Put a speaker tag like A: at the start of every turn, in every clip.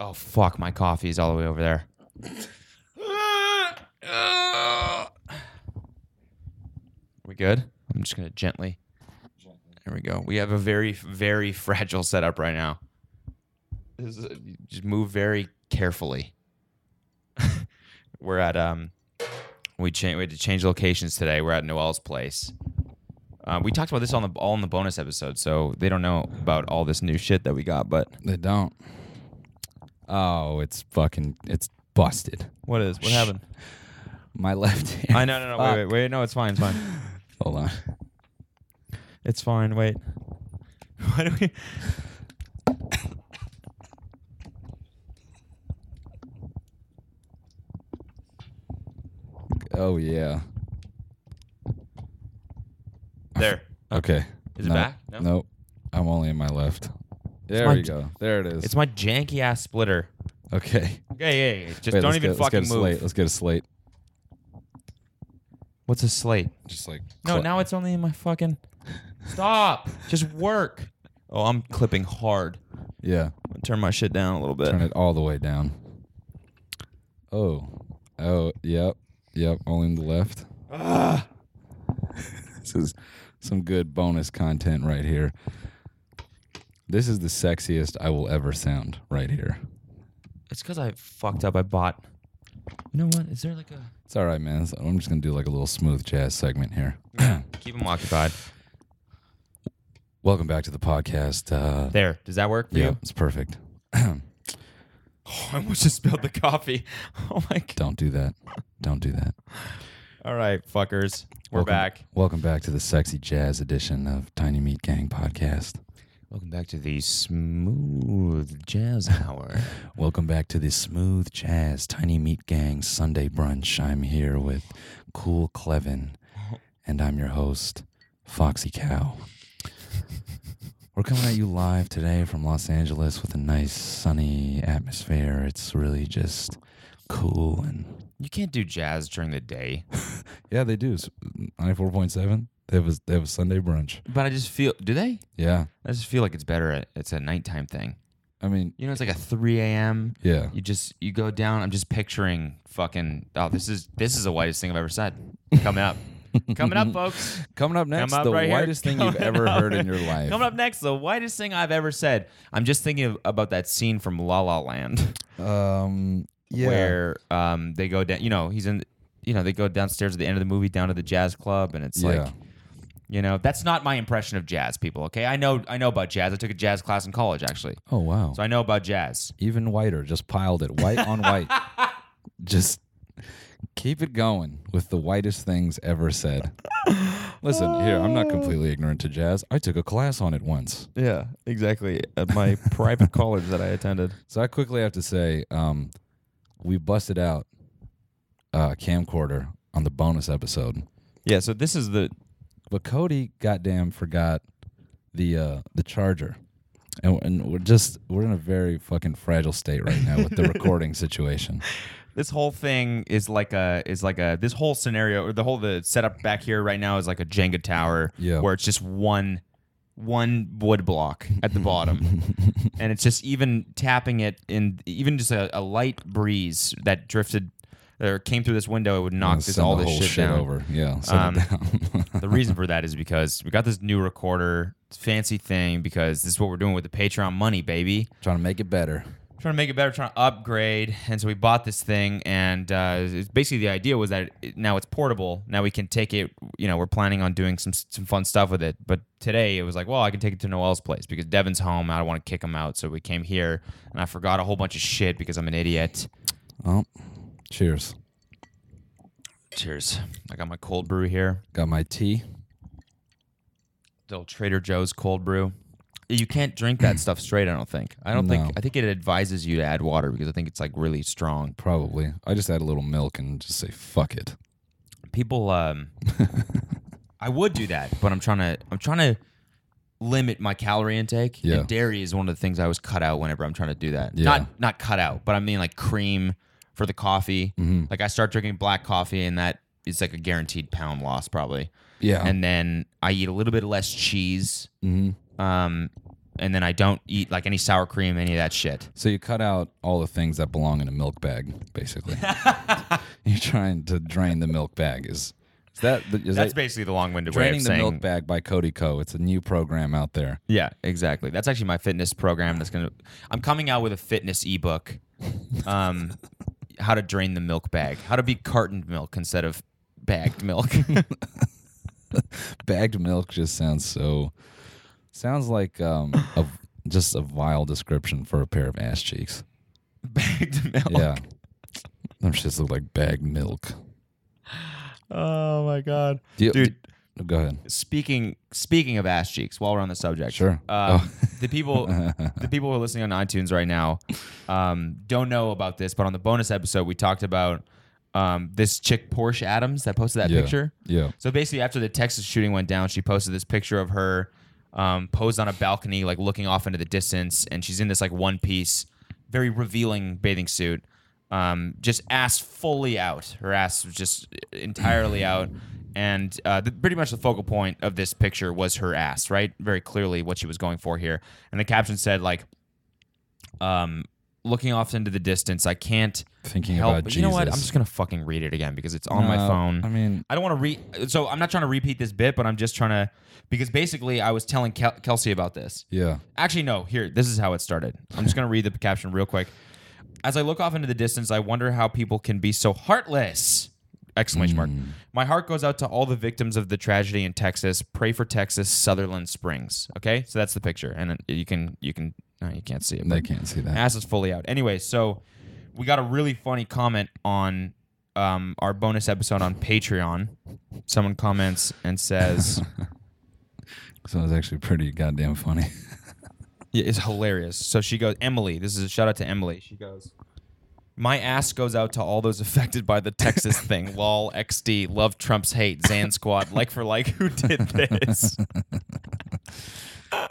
A: Oh fuck, my coffee's all the way over there. we good? I'm just gonna gently. There we go. We have a very, very fragile setup right now. This is a- just move very carefully. We're at um, we cha- we had to change locations today. We're at Noel's place. Uh, we talked about this on the all in the bonus episode, so they don't know about all this new shit that we got. But
B: They don't. Oh, it's fucking it's busted.
A: what is what happened?
B: My left hand.
A: I no no no wait wait wait no it's fine it's fine
B: Hold on.
A: it's fine wait. Why do we?
B: Oh yeah.
A: There
B: Okay.
A: Oh. Is it
B: No,
A: back? No?
B: Nope. I'm only in my left. There
A: my
B: we
A: j-
B: go. There it is.
A: it's my janky ass splitter.
B: okay.
A: Okay yeah yeah, yeah. just
B: Wait,
A: don't
B: let's
A: even
B: get, let's get
A: fucking
B: a
A: move.
B: slate. Let's get a slate.
A: What's a slate?
B: Just like
A: No,
B: cl-
A: now it's only in my fucking. Stop. Just work. Oh, I'm clipping hard.
B: yeah.
A: I'm gonna turn my shit down a little bit.
B: Turn it all the way down. Oh. Oh, yep. Yep, only in the left. this is some good bonus content right here. This is the sexiest I will ever sound right here.
A: It's because I fucked up. I bought. You know what? Is there like a?
B: It's all right, man. So I'm just going to do like a little smooth jazz segment here.
A: Keep them occupied.
B: Welcome back to the podcast. Uh,
A: There. Does that work for
B: yeah,
A: you?
B: it's perfect.
A: Oh, I almost just spilled the coffee. Oh my god.
B: Don't do that. Don't do that.
A: All right, fuckers. We're
B: Welcome-
A: back.
B: Welcome back to the sexy jazz edition of Tiny Meat Gang podcast.
A: Welcome back to the smooth jazz hour.
B: Welcome back to the Smooth Jazz Tiny Meat Gang Sunday Brunch. I'm here with Cool Clevin, and I'm your host, Foxy Cow. We're coming at you live today from Los Angeles with a nice sunny atmosphere. It's really just cool and.
A: you can't do jazz during the day,
B: Yeah, they do. 94.7. They have, a, they have a Sunday brunch.
A: but I just feel. Do they?
B: Yeah.
A: I just feel like it's better. At, it's a nighttime thing.
B: I mean,
A: You know, it's like a 3 a.m.
B: yeah.
A: You just you go down. I'm just picturing fucking. Oh, this is this is the whitest thing I've ever said. Coming up, coming up, folks.
B: Coming up next,
A: up
B: the
A: right here.
B: whitest thing you've
A: Coming
B: ever
A: up.
B: heard in your life.
A: Coming up next, the whitest thing I've ever said. I'm just thinking of, about that scene from La La Land
B: Um, yeah.
A: where um they go down. You know, he's in. You know, they go downstairs at the end of the movie down to the jazz club, and it's
B: Yeah.
A: like. You know, that's not my impression of jazz, people. Okay, I know, I know about jazz. I took a jazz class in college, actually,
B: Oh, wow.
A: so I know about jazz.
B: even whiter, just piled it white on white. just keep it going with the whitest things ever said. Listen, here, I'm not completely ignorant to jazz. I took a class on it once.
A: Yeah, exactly. At my private college that I attended.
B: So I quickly have to say, um, we busted out uh, camcorder on the bonus episode,
A: Yeah, so this is the
B: but Cody goddamn forgot the uh, the charger. And, and we're just we're in a very fucking fragile state right now with the recording situation.
A: this whole thing is like a is like a this whole scenario or the whole the setup back here right now is like a Jenga tower
B: Yeah.
A: where it's just one one wood block at the bottom and it's just even tapping it in even just a, a light breeze that drifted or came through this window it would knock
B: Gonna
A: this
B: send
A: all
B: the
A: this
B: whole
A: shit, down. Um,
B: over. Yeah, send it down.
A: the reason for that is because we got this new recorder it's a fancy thing because this is what we're doing with the Patreon money baby
B: Trying to make it better.
A: trying to make it better, trying to upgrade. And so we bought this thing, and uh, it's basically the idea was that it, now it's portable. Now we can take it. You know, we're planning on doing some some fun stuff with it. But today it was like, well, I can take it to Noel's place because Devin's home. I don't want to kick him out, so we came here, and I forgot a whole bunch of shit because I'm an idiot.
B: Oh, cheers.
A: Cheers. I got my cold brew here,
B: Got my tea.
A: the old Trader Joe's cold brew. You can't drink that stuff straight. I don't think. I don't
B: No.
A: think. I think it advises you to add water because I think it's like really strong.
B: Probably. I just add a little milk and just say fuck it.
A: people um I would do that, but I'm trying to I'm trying to limit my calorie intake.
B: Yeah.
A: And dairy is one of the things I always cut out whenever I'm trying to do that.
B: Yeah.
A: Not not cut out, but I mean like cream for the coffee.
B: Mm-hmm.
A: Like I start drinking black coffee and that is like a guaranteed pound
B: Oh.
A: loss probably.
B: Yeah. mm-hmm.
A: And then I eat a little bit less cheese. Um and then I don't eat like any sour cream, any of that shit.
B: So you cut out all the things that belong in a milk bag, basically. You're trying to drain the milk bag. Is, is that the, is
A: That's
B: that
A: basically the long-winded way
B: draining
A: of
B: the
A: saying.
B: milk bag by Cody Co? It's a new program out there.
A: Yeah, exactly. That's actually my fitness program. That's gonna. I'm coming out with a fitness ebook. Um, how to drain the milk bag. How to be cartoned milk instead of bagged milk.
B: Bagged milk just sounds so sounds like um a, just a vile description for a pair of ass cheeks.
A: bagged milk.
B: Yeah. Them shits look like bagged milk.
A: Oh my god,
B: Do you-
A: dude.
B: do- go ahead.
A: Speaking speaking of ass cheeks, while we're on the subject,
B: Sure. Oh.
A: Uh, The people, the people who are listening on iTunes right now, um, don't know about this, but on the bonus episode, we talked about um, this chick Porsche Adams that posted that
B: Yeah.
A: picture.
B: Yeah.
A: So basically, after the Texas shooting went down, she posted this picture of her um, posed on a balcony, like looking off into the distance, and she's in this like one piece, very revealing bathing suit, um, just ass fully out. Her ass was just entirely out, and uh, the, pretty much the focal point of this picture was her ass, right? Very clearly what she was going for here, and the caption said like, um, "Looking off into the distance, I can't."
B: Thinking
A: Help,
B: about
A: but
B: Jesus.
A: you know what? I'm just gonna fucking read it again because it's on my
B: No,
A: phone.
B: I mean,
A: I don't want to re. So I'm not trying to repeat this bit, but I'm just trying to because basically I was telling Kel- Kelsey about this.
B: yeah.
A: Actually, no. Here, this is how it started. I'm just gonna read the caption real quick. As I look off into the distance, I wonder how people can be so heartless! Exclamation mark.
B: Mm.
A: My heart goes out to all the victims of the tragedy in Texas. Pray for Texas, Sutherland Springs. Okay, so that's the picture, and then you can you can no, you can't see it.
B: They
A: but-
B: can't see that.
A: ass is fully out. Anyway, so we got a really funny comment on um, our bonus episode on Patreon. Someone comments and says,
B: So it's actually pretty goddamn funny.
A: Yeah, it's hilarious. So she goes, Emily, this is a shout out to Emily. She goes, My ass goes out to all those affected by the Texas thing. Lol, XD, love Trump's hate, Zan squad, like for like, who did this?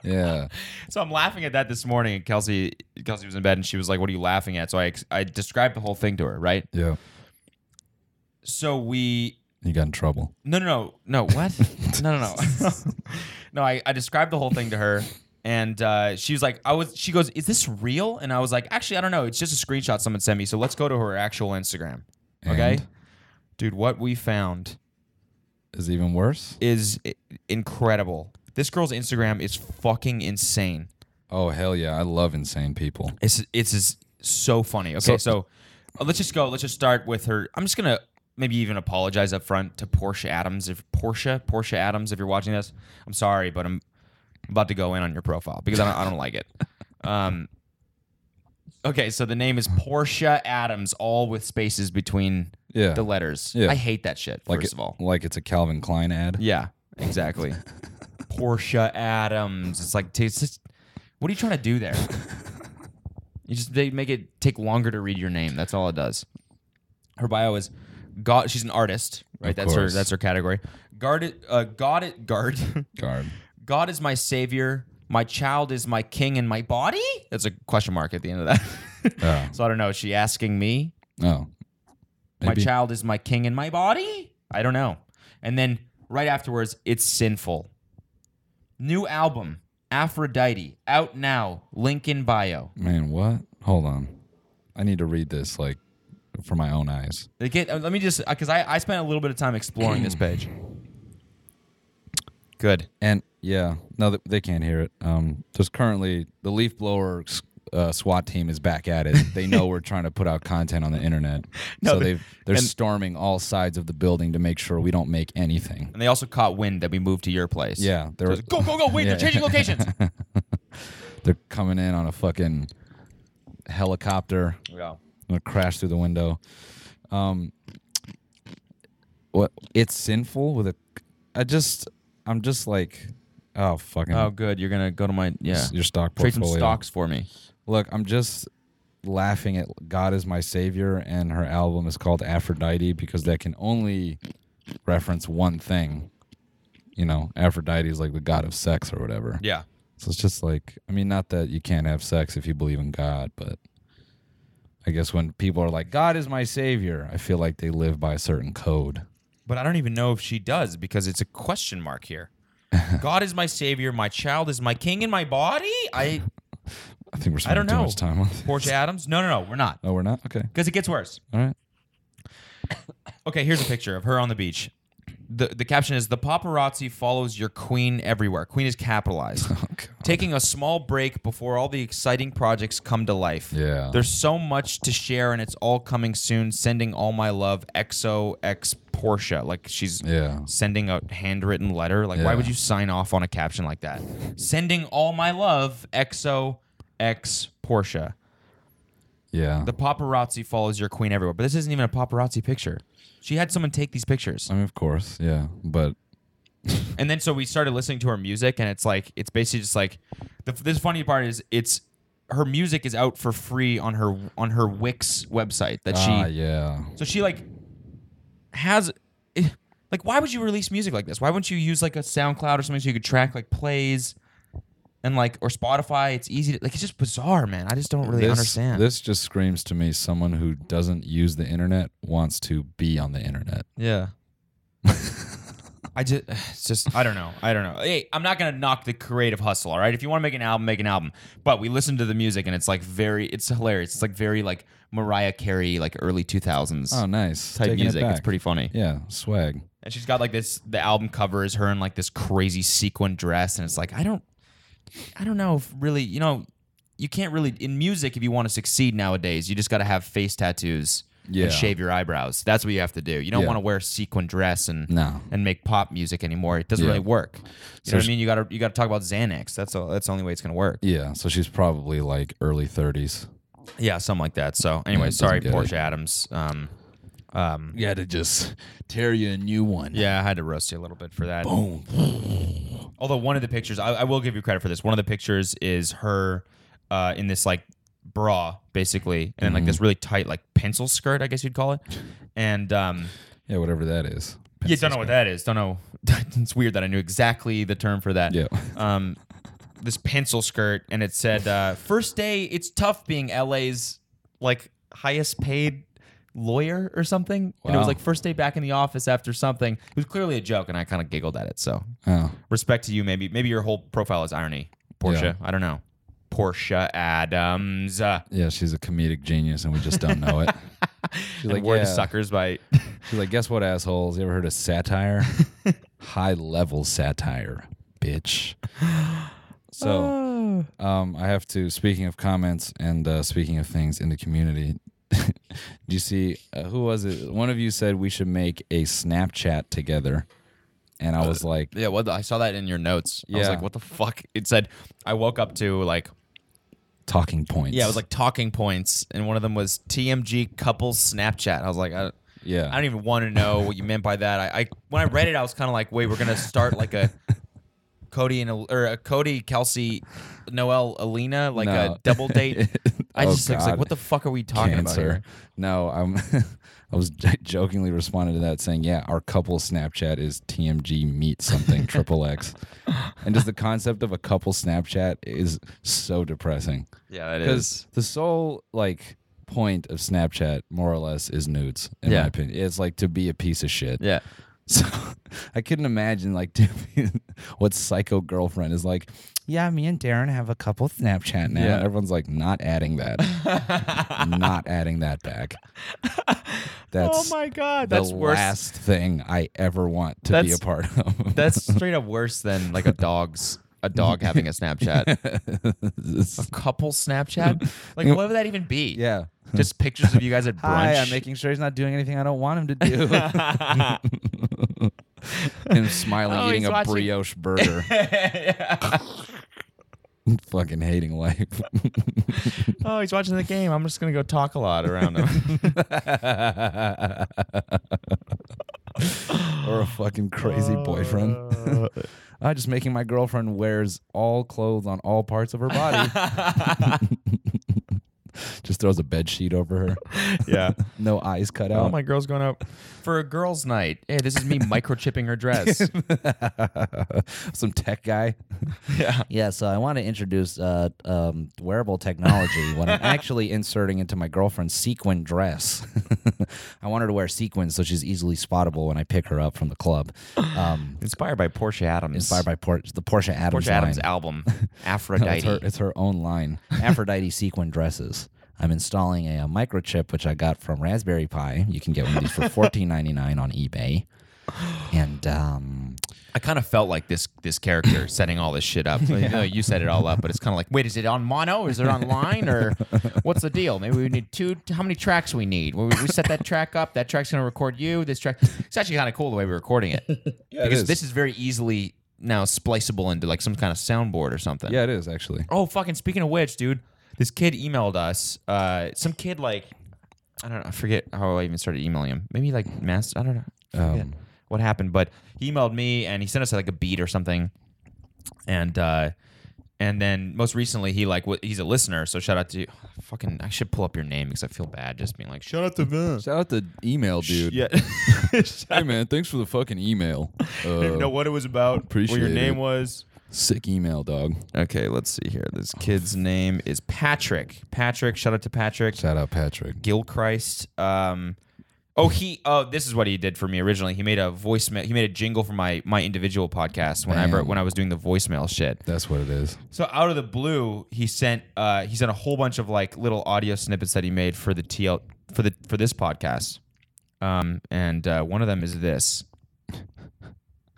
B: yeah.
A: So I'm laughing at that this morning, and Kelsey, Kelsey was in bed, and she was like, "What are you laughing at?" So I, ex- I described the whole thing to her, right?
B: Yeah.
A: So we
B: You got in trouble.
A: No, no, no, no. What? no, no, no. no, I, I described the whole thing to her, and uh, she was like, "I was." She goes, "Is this real?" And I was like, "Actually, I don't know. It's just a screenshot someone sent me. So let's go to her actual Instagram, okay?"
B: And?
A: Dude, what we found
B: Is it even worse?
A: is i- incredible. This girl's Instagram is fucking insane.
B: Oh hell yeah! I love insane people.
A: It's it's is so funny. Okay, so,
B: So-
A: uh, let's just go. Let's just start with her. I'm just gonna maybe even apologize up front to Portia Adams. If Portia Portia Adams, if you're watching this, I'm sorry, but I'm about to go in on your profile because I don't I don't like it. Um, okay, so the name is Portia Adams, all with spaces between
B: Yeah.
A: the letters.
B: Yeah.
A: I hate that shit.
B: like
A: first
B: it-
A: of all,
B: like it's a Calvin Klein ad.
A: yeah, exactly. Portia Adams. It's like, dude, it's just, what are you trying to do there? You just they make it take longer to read your name. That's all it does. Her bio is God. She's an artist, right?
B: Of
A: that's
B: course.
A: her. That's her category. Guarded. Uh, God. It. Guard.
B: Guard.
A: God is my savior. My child is my king, and my body. That's a question mark at the end of that.
B: Oh.
A: so I don't know. Is she asking me?
B: Oh.
A: My
B: Maybe.
A: child is my king and my body? I don't know. And then right afterwards, it's sinful. New album, Aphrodite, out now, link in bio.
B: Man, what? Hold on. I need to read this like for my own eyes.
A: They get- uh, let me just, because I, I spent a little bit of time exploring this page. Good.
B: And yeah, no, th- they can't hear it. Um, just currently, the leaf blower s- uh, SWAT team is back at it. They know we're trying to put out content on the internet,
A: No,
B: so
A: they-
B: they've they're
A: and-
B: storming all sides of the building to make sure we don't make anything.
A: And they also caught wind that we moved to your place.
B: Yeah,
A: It
B: they're
A: was, go, go, go, wait, they're
B: Yeah.
A: changing locations.
B: they're coming in on a fucking helicopter.
A: yeah.
B: I'm gonna crash through the window. Um, what? It's sinful with a. I just, I'm just like, oh fucking.
A: Oh, good. You're going to go to my, yeah.
B: Your stock
A: Trade some
B: portfolio.
A: stocks for me.
B: Look, I'm just laughing at God is my savior, and her album is called Aphrodite because that can only reference one thing. You know, Aphrodite is like the god of sex or whatever.
A: Yeah.
B: So it's just like, I mean, not that you can't have sex if you believe in God, but I guess when people are like, God is my savior, I feel like they live by a certain code.
A: But I don't even know if she does because it's a question mark here. God is my savior, my child is my king, and my body. I
B: I think we're
A: I don't
B: spending too
A: know.
B: much time on this.
A: Portia Adams. No, no, no, we're not
B: Oh, we're not? Okay.
A: because it gets worse.
B: All right.
A: Okay, here's a picture of her on the beach. The the caption is the paparazzi follows your queen everywhere. Queen is capitalized.
B: Oh, God.
A: Taking a small break before all the exciting projects come to life.
B: Yeah.
A: There's so much to share and it's all coming soon. Sending all my love, XOX Portia. Like she's
B: Yeah.
A: sending a handwritten letter. Like
B: Yeah.
A: why would you sign off on a caption like that? Sending all my love, XOX Portia.
B: Yeah.
A: The paparazzi follows your queen everywhere. But this isn't even a paparazzi picture. She had someone take these pictures.
B: I mean, of course. Yeah. But
A: And then so we started listening to her music, and it's like it's basically just like the this funny part is it's her music is out for free on her on her Wix website that she
B: ah, yeah.
A: so she like has eh, like why would you release music like this? Why wouldn't you use like a SoundCloud or something so you could track like plays and like or Spotify? It's easy to like it's just bizarre, man. I just don't really
B: this,
A: understand.
B: This just screams to me someone who doesn't use the internet wants to be on the internet.
A: Yeah. I just, it's just, I don't know. I don't know. Hey, I'm not going to knock the creative hustle, all right? If you want to make an album, make an album. But we listened to the music and it's like very, it's hilarious. It's like very like Mariah Carey, like early 2000s
B: Oh, nice.
A: type
B: Taking it
A: music. It's
B: back.
A: pretty funny.
B: Yeah. Swag.
A: And she's got like this, the album cover is her in like this crazy sequin dress. And it's like, I don't, I don't know if really, you know, you can't really, in music, if you want to succeed nowadays, you just got to have face tattoos
B: Yeah.
A: and shave your eyebrows. That's what you have to do. You don't
B: Yeah.
A: want to wear a sequin dress and
B: No.
A: and make pop music anymore. It doesn't
B: Yeah.
A: really work. You
B: So
A: know what I
B: sh-
A: mean? You gotta you gotta talk about Xanax. That's all. That's the only way it's gonna work.
B: Yeah. So she's probably like early 30s.
A: Yeah, something like that. So anyway,
B: doesn't
A: sorry,
B: get
A: Portia Adams. Um, um,
B: Mm. You had to just tear you a new one.
A: yeah, I had to roast you a little bit for that.
B: Boom.
A: Although one of the pictures, I, I will give you credit for this. One of the pictures is her uh, in this like bra, basically, and then like this really tight like pencil skirt, I guess you'd call it. And um,
B: Yeah, whatever that is.
A: yeah, don't know what that is. Don't know. it's weird that I knew exactly the term for that.
B: Yeah.
A: um, this pencil skirt, and it said, uh, "First day, it's tough being LA's like highest paid lawyer or something." And it
B: Wow.
A: was like first day back in the office after something. It was clearly a joke, and I kind of giggled at it. So
B: Oh.
A: respect to you. Maybe maybe your whole profile is irony, Portia. I don't know, Portia Adams. Uh,
B: Yeah, she's a comedic genius and we just don't know it. She's
A: and
B: like,
A: we're
B: yeah.
A: the suckers by
B: She's like, guess what, assholes? You ever heard of satire? High level satire, bitch. So, um, I have to. Speaking of comments and uh, speaking of things in the community, do you see uh, who was it? One of you said we should make a Snapchat together, and
A: Uh,
B: I was like,
A: Yeah, what the, I saw that in your notes. I was
B: Yeah.
A: like, what the fuck? It said I woke up to like
B: talking points.
A: Yeah, it was like talking points, and one of them was TMG couples Snapchat. I was like, I,
B: yeah,
A: I don't even want to know what you meant by that. I, I when I read it, I was kind of like, wait, we're gonna start like a Cody and El- or a Cody Kelsey, Noel Alina, like
B: No.
A: a double date. I
B: Oh,
A: just was like,
B: God.
A: what the fuck are we talking about
B: cancer.
A: here?
B: No, I'm. I was j- jokingly responding to that saying, "Yeah, our couple Snapchat is TMG meet something triple X," and just the concept of a couple Snapchat is so depressing
A: Yeah, that
B: because
A: is.
B: the sole like point of Snapchat, more or less, is nudes. In
A: Yeah.
B: my opinion, it's like to be a piece of shit.
A: Yeah,
B: So I couldn't imagine like dude, what psycho girlfriend is like. Yeah, me and Darren have a couple Snapchat now.
A: Yeah.
B: And everyone's like, not adding that, not adding that back. Oh That's
A: god,
B: the last thing I ever want to be
A: That's-
B: a part of.
A: That's straight up worse than like a dog's a dog having a Snapchat.
B: It's-
A: A couple Snapchat? Like what would that even be?
B: yeah.
A: Just pictures of you guys at brunch.
B: Hi, I'm making sure he's not doing anything I don't want him to do. and smiling,
A: Oh,
B: eating
A: he's
B: a
A: watching-
B: brioche burger, fucking hating life.
A: Oh, he's watching the game. I'm just gonna go talk a lot around him.
B: or a fucking crazy
C: Uh.
B: boyfriend. I just making my girlfriend wears all clothes on all parts of her body.
C: Just throws a bed sheet over her.
A: Yeah.
C: No eyes cut
A: Oh,
C: out.
A: my girl's going out for a girls' night. Hey, this is me microchipping her dress.
C: Some tech guy.
A: yeah.
C: Yeah, so I want to introduce uh, um, wearable technology. what I'm actually inserting into my girlfriend's sequin dress. I want her to wear sequins so she's easily spottable when I pick her up from the club. Um,
A: Inspired by Portia Adams.
C: inspired by Por- the Porsche Adams
A: Portia Adams
C: line.
A: album,
C: it's, her,
A: Aphrodite.
C: it's her own line. Aphrodite sequin dresses. I'm installing a, uh microchip which I got from Raspberry Pi. You can get one of these for $14.99 on eBay. And um,
A: I kind of felt like this this character setting all this shit up. You, know, you set it all up, but it's kind of like, wait, is it on mono? Is it online? Or what's the deal? Maybe we need two. How many tracks we need? We, we set that track up. That track's going to record you. This track. It's actually kind of cool the way we're recording it. yeah, because
C: is.
A: this is very easily now spliceable into like some kind of soundboard or something.
C: it is actually.
A: Oh, fucking speaking of which, dude, this kid emailed us. Uh, some kid like I don't know, I forget how I even started emailing him. Maybe like mass. I don't know. I forget
C: Um.
A: what happened, but he emailed me and he sent us like a beat or something, and uh, and then most recently he like w- he's a listener. So shout out to you. Fucking, I should pull up your name because I feel bad just being like shout out to them.
C: Shout out the email dude.
A: Yeah,
C: Hey man, thanks for the fucking email.
A: I didn't know what it was about. what your
C: appreciate
A: name
C: it.
A: was.
C: Sick email, dog.
A: Okay, let's see here. This kid's name is Patrick. Patrick, shout out to Patrick.
C: Shout out Patrick.
A: Gilchrist. Um, oh, he. Oh, this is what he did for me originally. He made a voicemail. He made a jingle for my my individual podcast whenever
C: Bam.
A: when I was doing the voicemail shit.
C: That's what it is.
A: So out of the blue, he sent uh, he sent a whole bunch of like little audio snippets that he made for the TL for the for this podcast. Um, and uh, one of them is this.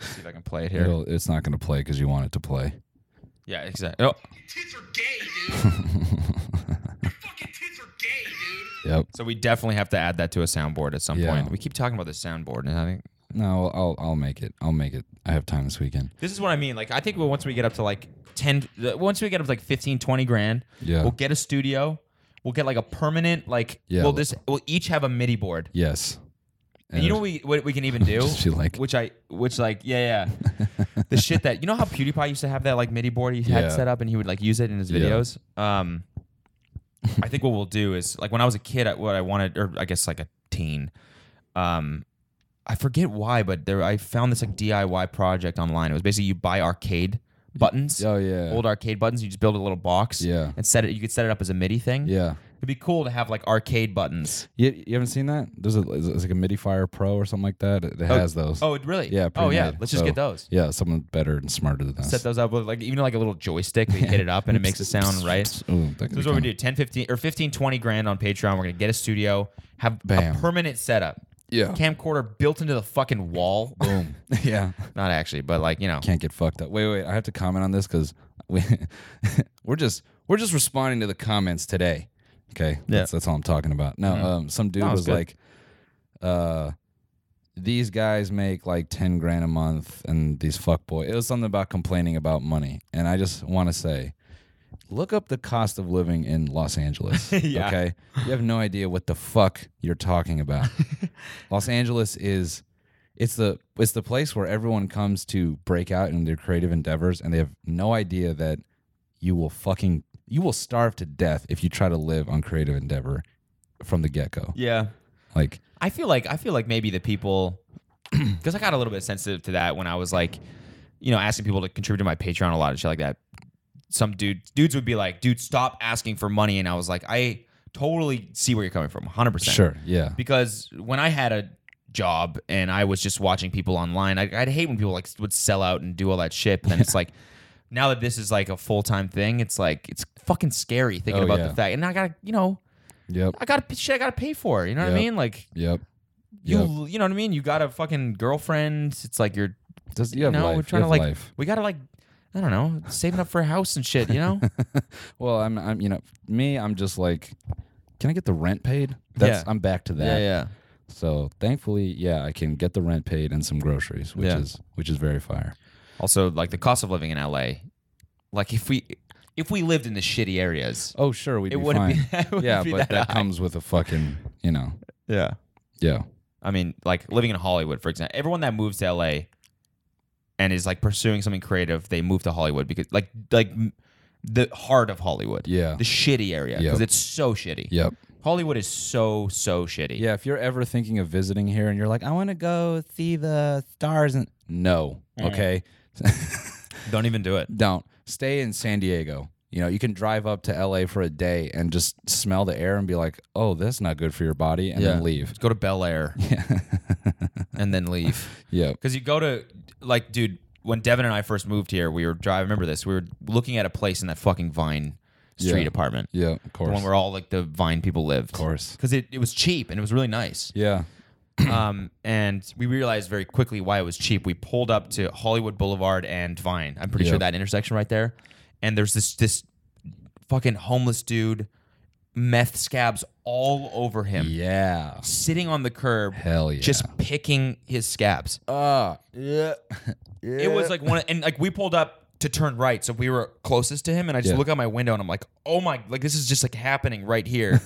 A: Let's see if I can play it here.
C: It'll, it's not going to play because you want it to play.
A: Yeah, exactly. Oh,
D: tits are gay, dude. Your fucking tits are gay, dude.
C: Yep.
A: so we definitely have to add that to a soundboard at some
C: Yeah.
A: point. We keep talking about the soundboard, and I think
C: No, I'll I'll make it. I'll make it. I have time this weekend.
A: This is what I mean. Like, I think well, once we get up to like 10, uh, once we get up to like 15, 20 grand,
C: Yeah.
A: we'll get a studio. We'll get like a permanent, like,
C: Yeah.
A: we'll just, we'll each have a MIDI board.
C: Yes.
A: And you know what we, what we can even do?
C: Just be like-
A: which I, which like, yeah, yeah. the shit that, you know how PewDiePie used to have that like MIDI board he had
C: Yeah.
A: set up and he would like use it in his
C: Yeah.
A: videos? Um, I think what we'll do is like when I was a kid, I- what I wanted, or I guess like a teen, um, I forget why, but there I found this like DIY project online. It was basically you buy arcade buttons,
C: Oh yeah.
A: old arcade buttons. You just build a little box,
C: Yeah.
A: and set it. You could set it up as a MIDI thing.
C: Yeah.
A: it'd be cool to have like arcade buttons.
C: You, you haven't seen that? There's a it's like a MIDI Fire Pro or something like that. It, it has those.
A: Oh, it really?
C: Yeah.
A: Oh, yeah.
C: pre-made.
A: Let's just
C: So,
A: get those.
C: Yeah, someone better and smarter than us.
A: Set those up with like even like a little joystick. We hit it up and it makes a sound, right? So
C: Ooh, that could
A: this is
C: be
A: what we
C: kinda-
A: do 10, 15, or 15, 20 grand on Patreon. We're going to get a studio, have
C: Bam.
A: a permanent setup.
C: Yeah.
A: Camcorder built into the fucking wall. Boom.
C: yeah.
A: Not actually, but like, you know.
C: can't get fucked up. Wait, wait, I have to comment on this because we we're just we're just responding to the comments today. Okay, that's, that's all I'm talking about. No, um, some dude
A: Mm-hmm. No, it's
C: was
A: good.
C: like, uh, these guys make like ten grand a month, and these fuckboy. It was something about complaining about money, and I just want to say. Look up the cost of living in Los Angeles.
A: Yeah.
C: Okay. You have no idea what the fuck you're talking about. Los Angeles is it's the it's the place where everyone comes to break out in their creative endeavors and they have no idea that you will fucking you will starve to death if you try to live on creative endeavor from the get-go.
A: Yeah.
C: Like
A: I feel like I feel like maybe the people because I got a little bit sensitive to that when I was like, you know, asking people to contribute to my Patreon a lot and shit like that. Some dude dudes would be like, dude, stop asking for money. And I was like, I totally see where you're coming from, 100 percent
C: sure, yeah.
A: because when I had a job and I was just watching people online, I, I'd hate when people like would sell out and do all that shit. But then it's like now that this is like a full time thing, it's like it's fucking scary thinking
C: Oh,
A: about
C: yeah.
A: the fact. And I gotta, you know,
C: Yep.
A: I gotta shit, I gotta pay for. it, You know what I
C: Yep.
A: mean? Like
C: Yep.
A: you, you know what I mean? You got a fucking girlfriend. It's like you're,
C: Does you have
A: no,
C: life.
A: we're
C: You
A: trying to
C: have
A: like,
C: life.
A: we gotta like, I don't know, saving up for a house and shit. You know?
C: Well, I'm I'm you know, me I'm just like can I get the rent paid? That's
A: Yeah.
C: I'm back to that.
A: yeah.
C: So, thankfully, yeah, I can get the rent paid and some groceries, which
A: Yeah.
C: is which is very fire.
A: Also, like the cost of living in LA, like if we if we lived in the shitty areas,
C: Oh, sure, we'd
A: It
C: be
A: wouldn't
C: fine.
A: be- it wouldn't
C: yeah,
A: be
C: but
A: that
C: that
A: high.
C: comes with a fucking, you know,
A: yeah.
C: yeah,
A: I mean, like living in Hollywood, for example, everyone that moves to LA and is like pursuing something creative, they move to Hollywood because like like m- the heart of Hollywood.
C: Yeah.
A: The shitty area because
C: Yep.
A: it's so shitty.
C: Yep.
A: Hollywood is so so shitty.
C: Yeah, if you're ever thinking of visiting here and you're like, I want to go see the stars and no, okay,
A: Don't even do it.
C: don't stay in San Diego. You know, you can drive up to LA for a day and just smell the air and be like, oh, that's not good for your body, and then leave.
A: Just go to Bel Air and then leave.
C: Yep.
A: Because you go to like, dude, when Devin and I first moved here, we were driving. Remember this? We were looking at a place in that fucking Vine Street
C: Yeah.
A: apartment,
C: Yeah, of
A: the
C: course.
A: one where all like the Vine people lived.
C: of course.
A: Because it, it was cheap and it was really nice.
C: Yeah.
A: Um, and we realized very quickly why it was cheap. We pulled up to Hollywood Boulevard and Vine. I'm pretty sure
C: Yep.
A: that intersection right there. And there's this this fucking homeless dude, meth scabs all over him,
C: Yeah.
A: sitting on the curb,
C: Hell yeah.
A: just picking his scabs.
C: uh yeah.
A: It was like one, of- and like we pulled up to turn right, so we were closest to him, and I just
C: Yeah.
A: look out my window and I'm like, oh my, like this is just like happening right here,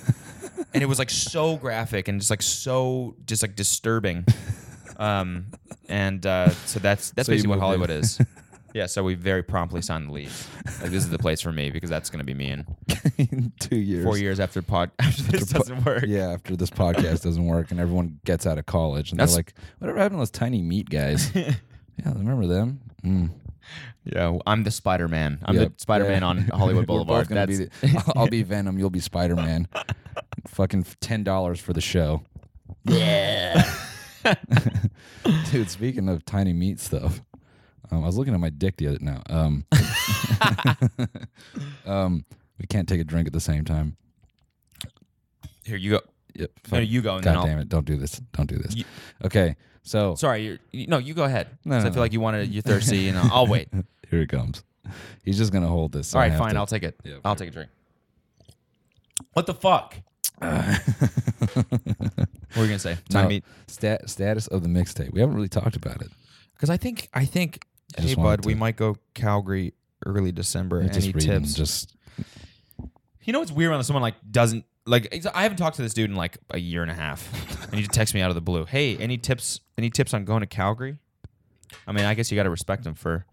A: and it was like so graphic and just like so just like disturbing, um, and uh, so that's that's
C: So you
A: basically what
C: moved
A: Hollywood
C: in.
A: is. Yeah, so we very promptly signed the lease. Like this is the place for me because that's going to be me in
C: in two years.
A: four years after pod after this
C: po-
A: doesn't work.
C: Yeah, after this podcast doesn't work and everyone gets out of college and
A: That's-
C: they're like, whatever happened to those tiny meat guys? yeah, remember them? Mm.
A: Yeah, I'm the Spider Man. I'm
C: Yep.
A: the Spider Man
C: Yeah.
A: on Hollywood
C: We're both
A: Boulevard.
C: gonna be
A: That's
C: the- I'll- I'll be Venom. You'll be Spider Man. Fucking ten dollars for the show. Yeah. Dude, speaking of tiny meat stuff, um, I was looking at my dick the other now. Um, um, we can't take a drink at the same time.
A: here. You go.
C: Yep.
A: No,
C: fuck.
A: you go. And then
C: God
A: I'll,
C: damn it! Don't do this. Don't do this.
A: You-
C: okay, so
A: Sorry, you're, you, no, you go ahead.
C: No,
A: 'Cause
C: no,
A: I feel
C: no.
A: like you wanted. You're thirsty, and I'll, I'll wait.
C: here it comes. He's just gonna hold this. so
A: All
C: I
A: right,
C: have
A: fine.
C: to-
A: I'll take it.
C: Yeah,
A: I'll take a drink. What the fuck? what were you gonna say? Time
C: No,
A: to meet.
C: stat, status of the mixtape. We haven't really talked about it.
A: Because I think I think. Hey,
C: just wanted
A: bud, we
C: to-
A: might go Calgary early December.
C: You're
A: Any
C: just reading,
A: tips?
C: Just
A: You know what's weird when someone like doesn't like ex- I haven't talked to this dude in like a year and a half, and he texts me out of the blue. Hey, any tips? Any tips on going to Calgary? I mean, I guess you got to respect him for.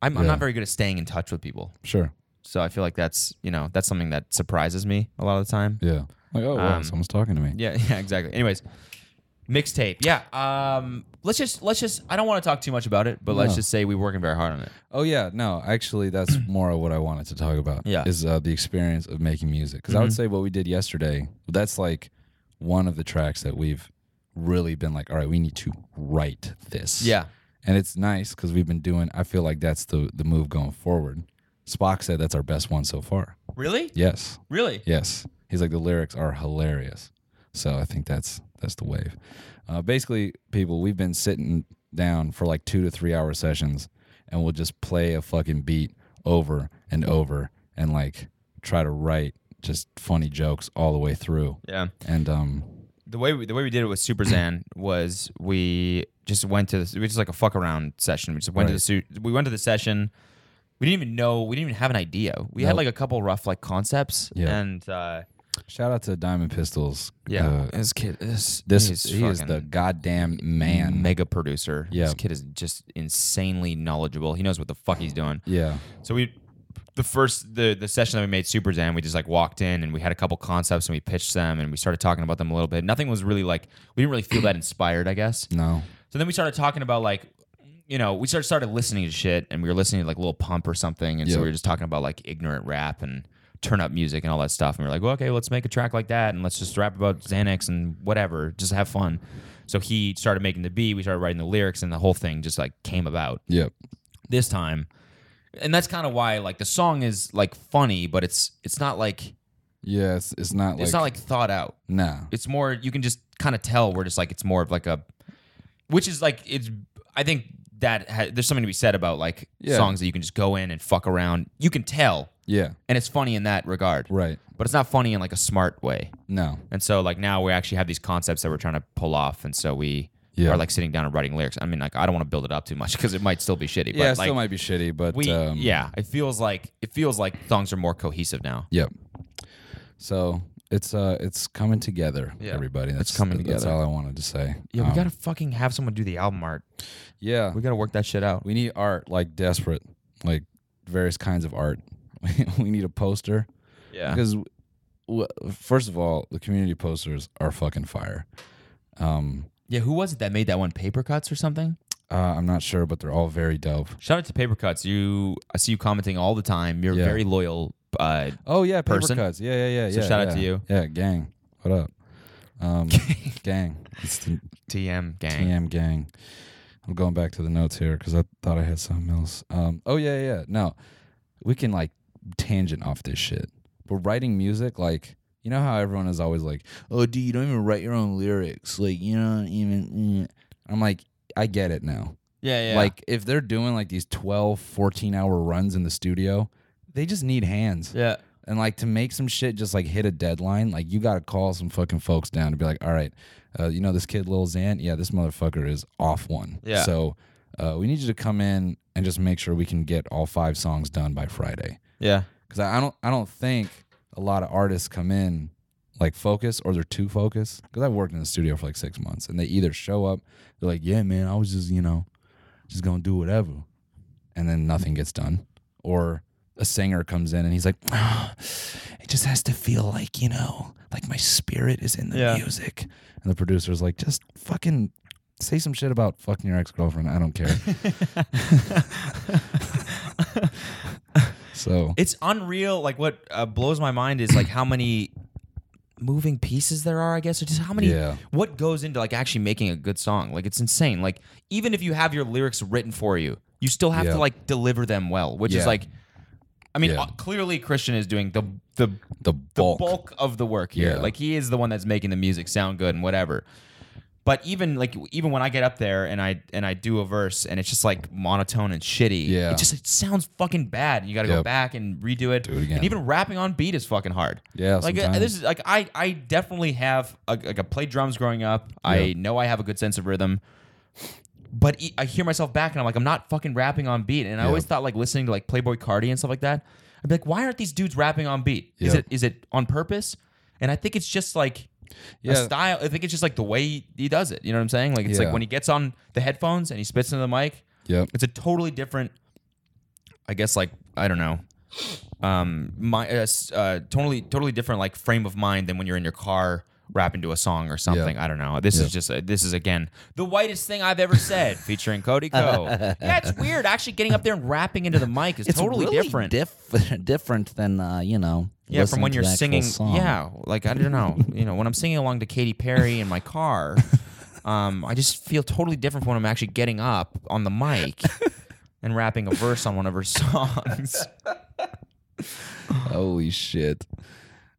A: I'm, I'm
C: Yeah.
A: not very good at staying in touch with people,
C: sure.
A: so I feel like that's you know that's something that surprises me a lot of the time.
C: Yeah. Like, oh, wow,
A: Um,
C: someone's talking to me.
A: Yeah, yeah, exactly. Anyways, mixtape. Yeah, um, let's just let's just. I don't want to talk too much about it, but let's
C: No.
A: just say we're working very hard on it.
C: Oh, yeah. No, actually, that's more of what I wanted to talk about.
A: Yeah. Mm-hmm.
C: Is uh, the experience of making music. Because I would say what we did yesterday, that's like one of the tracks that we've really been like, all right, we need to write this.
A: Yeah,
C: And it's nice because we've been doing, I feel like that's the, the move going forward. Spock said that's our best one so far.
A: really,
C: Yes.
A: really.
C: Yes. He's like the lyrics are hilarious. So I think that's that's the wave. Uh, basically, people, we've been sitting down for like two to three hour sessions, and we'll just play a fucking beat over and over, and like try to write just funny jokes all the way through.
A: Yeah.
C: And um,
A: the way we, the way we did it with Super Zan was we just went to the, we just like a fuck around session. We just went to the
C: Right.
A: suit. We went to the session. We didn't even know. We didn't even have an idea. We had
C: Nope.
A: like a couple rough like concepts.
C: Yeah.
A: And uh,
C: shout out to Diamond Pistols.
A: yeah,
C: Uh,
A: this kid, this
C: this
A: he's
C: he is the
A: fucking
C: goddamn man.
A: mega producer.
C: Mm. Yeah.
A: This kid is just insanely knowledgeable. He knows what the fuck he's doing.
C: yeah.
A: So we the first the the session that we made Super Zen, we just like walked in and we had a couple concepts and we pitched them and we started talking about them a little bit. Nothing was really like we didn't really feel that inspired, I guess.
C: No.
A: So then we started talking about like, you know, we started started listening to shit, and we were listening to like Lil Pump or something, and so
C: Yeah.
A: we were just talking about like ignorant rap and turn up music and all that stuff, and we are like, well, okay, let's make a track like that, and let's just rap about Xanax and whatever, just have fun. So he started making the beat, we started writing the lyrics, and the whole thing just like came about
C: Yep.
A: this time, and that's kind of why like the song is like funny, but it's it's not like
C: Yeah. It's, it's not like
A: it's not like thought out
C: nah.
A: it's more you can just kind of tell where just like it's more of like a which is like it's i think that ha- there's something to be said about like
C: Yeah.
A: songs that you can just go in and fuck around you can tell
C: Yeah.
A: and it's funny in that regard
C: Right.
A: but it's not funny in like a smart way
C: No.
A: and so like now we actually have these concepts that we're trying to pull off and so we
C: Yeah.
A: are like sitting down and writing lyrics i mean like i don't want to build it up too much because it might still be shitty
C: Yeah, it
A: but like
C: still might be shitty, but
A: we
C: um,
A: yeah it feels like it feels like songs are more cohesive now
C: Yep. So it's uh it's coming together,
A: Yeah.
C: everybody. That's
A: coming
C: That's
A: together.
C: all I wanted to say.
A: yeah we
C: Um,
A: gotta fucking have someone do the album art
C: yeah.
A: we gotta work that shit out
C: We need art like desperate, like various kinds of art. we need a poster
A: Yeah.
C: because w- first of all, the community posters are fucking fire. Um,
A: Yeah. Who was it that made that one? Paper cuts or something?
C: uh, I'm not sure, but they're all very dope.
A: Shout out to paper cuts. You, I see you commenting all the time. You're
C: Yeah.
A: very loyal. Uh,
C: Oh yeah, paper
A: Person.
C: cuts. Yeah, yeah, yeah.
A: So
C: yeah,
A: shout out
C: yeah.
A: to you.
C: Yeah, gang. What up? Um, gang. It's the
A: TM gang.
C: TM gang. I'm going back to the notes here because I thought I had something else. Um, oh yeah, yeah. No, we can like tangent off this shit. But writing music, like you know how everyone is always like, "Oh, dude, you don't even write your own lyrics." Like you don't even. mm." I'm like, I get it now.
A: Yeah. Yeah.
C: Like if they're doing like these 12, 14 hour runs in the studio, they just need hands.
A: yeah.
C: And like to make some shit just like hit a deadline, like you gotta call some fucking folks down and be like, all right, uh, you know this kid Lil Xan? Yeah, this motherfucker is off one.
A: Yeah.
C: So uh, we need you to come in and just make sure we can get all five songs done by Friday.
A: Yeah.
C: Cause I I don't I don't think a lot of artists come in like focus or they're too focused. Cause I've worked in the studio for like six months and they either show up, they're like, yeah, man, I was just, you know, just gonna do whatever. And then nothing gets done. Or a singer comes in and he's like, "Ah, it just has to feel like, you know, like my spirit is in the
A: Yeah.
C: music. And the producer's like, just fucking say some shit about fucking your ex girlfriend. I don't care. so
A: It's unreal. Like what uh, blows my mind is like how many moving pieces there are. I guess or just how many.
C: Yeah.
A: What goes into like actually making a good song? Like it's insane. Like even if you have your lyrics written for you, you still have
C: Yeah.
A: to like deliver them well, which
C: Yeah.
A: is like. I mean,
C: Yeah.
A: uh, clearly Christian is doing the the the
C: the bulk.
A: bulk, of the work here.
C: Yeah.
A: Like he is the one that's making the music sound good and whatever. But even like even when I get up there and I and I do a verse and it's just like monotone and shitty,
C: Yeah.
A: it just it sounds fucking bad. And you got to go
C: Yep.
A: back and redo it.
C: it again.
A: And even rapping on beat is fucking hard.
C: Yeah,
A: like uh,
C: sometimes.
A: this is like I I definitely have a, like I played drums growing up. I
C: Yeah.
A: know I have a good sense of rhythm. But e- I hear myself back and I'm like I'm not fucking rapping on beat. And I always thought like listening to like Playboy Cardi and stuff like that. I'd be like, why aren't these dudes rapping on beat? Is
C: Yeah.
A: it is it on purpose? And I think it's just like
C: Yeah.
A: a style. I think it's just like the way he does it. You know what I'm saying? Like it's
C: Yeah.
A: like when he gets on the headphones and he spits into the mic,
C: Yep.
A: it's a totally different i guess like i don't know um my uh, s- uh totally totally different like frame of mind than when you're in your car rapping to a song or something i don't know this is just a, this is again the whitest thing i've ever said featuring cody co yeah it's weird actually getting up there and rapping into the mic is totally different
C: Diff- different than uh, you know.
A: yeah, from when you're singing. Yeah, like I don't know. you know, when I'm singing along to Katy Perry in my car, um, I just feel totally different from when I'm actually getting up on the mic and rapping a verse on one of her songs.
C: Holy shit!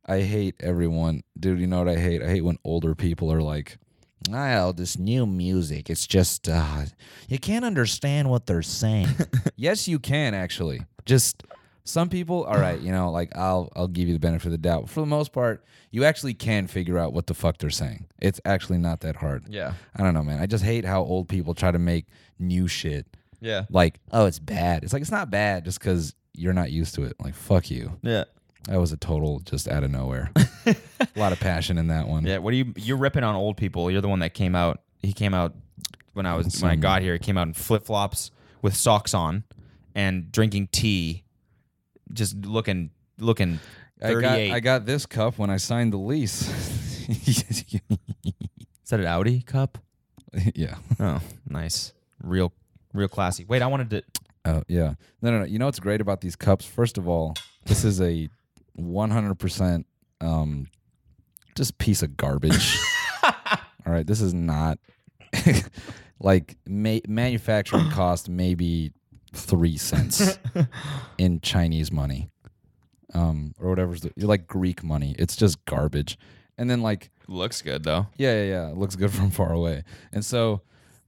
C: I hate everyone, dude. You know what I hate? I hate when older people are like, "Well, this new music, it's just uh, you can't understand what they're saying." yes, you can actually. Just some people, all right, you know, like I'll I'll give you the benefit of the doubt. For the most part, you actually can figure out what the fuck they're saying. It's actually not that hard.
A: Yeah.
C: I don't know, man. I just hate how old people try to make new shit
A: Yeah.
C: like, oh, it's bad. It's like it's not bad just because you're not used to it. Like, fuck you.
A: Yeah.
C: That was a total just out of nowhere. a lot of passion in that one.
A: Yeah. What are you? You're ripping on old people. You're the one that came out. He came out when I was when I got here. He came out in flip flops with socks on and drinking tea, just looking looking.
C: I got
A: 38.
C: I got this cup when I signed the lease.
A: Is that an Audi cup?
C: yeah.
A: Oh, nice. Real, real classy. Wait, I wanted to.
C: Oh yeah. No, no, no. You know what's great about these cups? First of all, this is a 100% um, just piece of garbage. all right, this is not like ma- manufacturing cost maybe three cents in Chinese money, um, or whatever's the, like Greek money. It's just garbage. And then like
A: Looks good though.
C: yeah, yeah, yeah. It looks good from far away. And so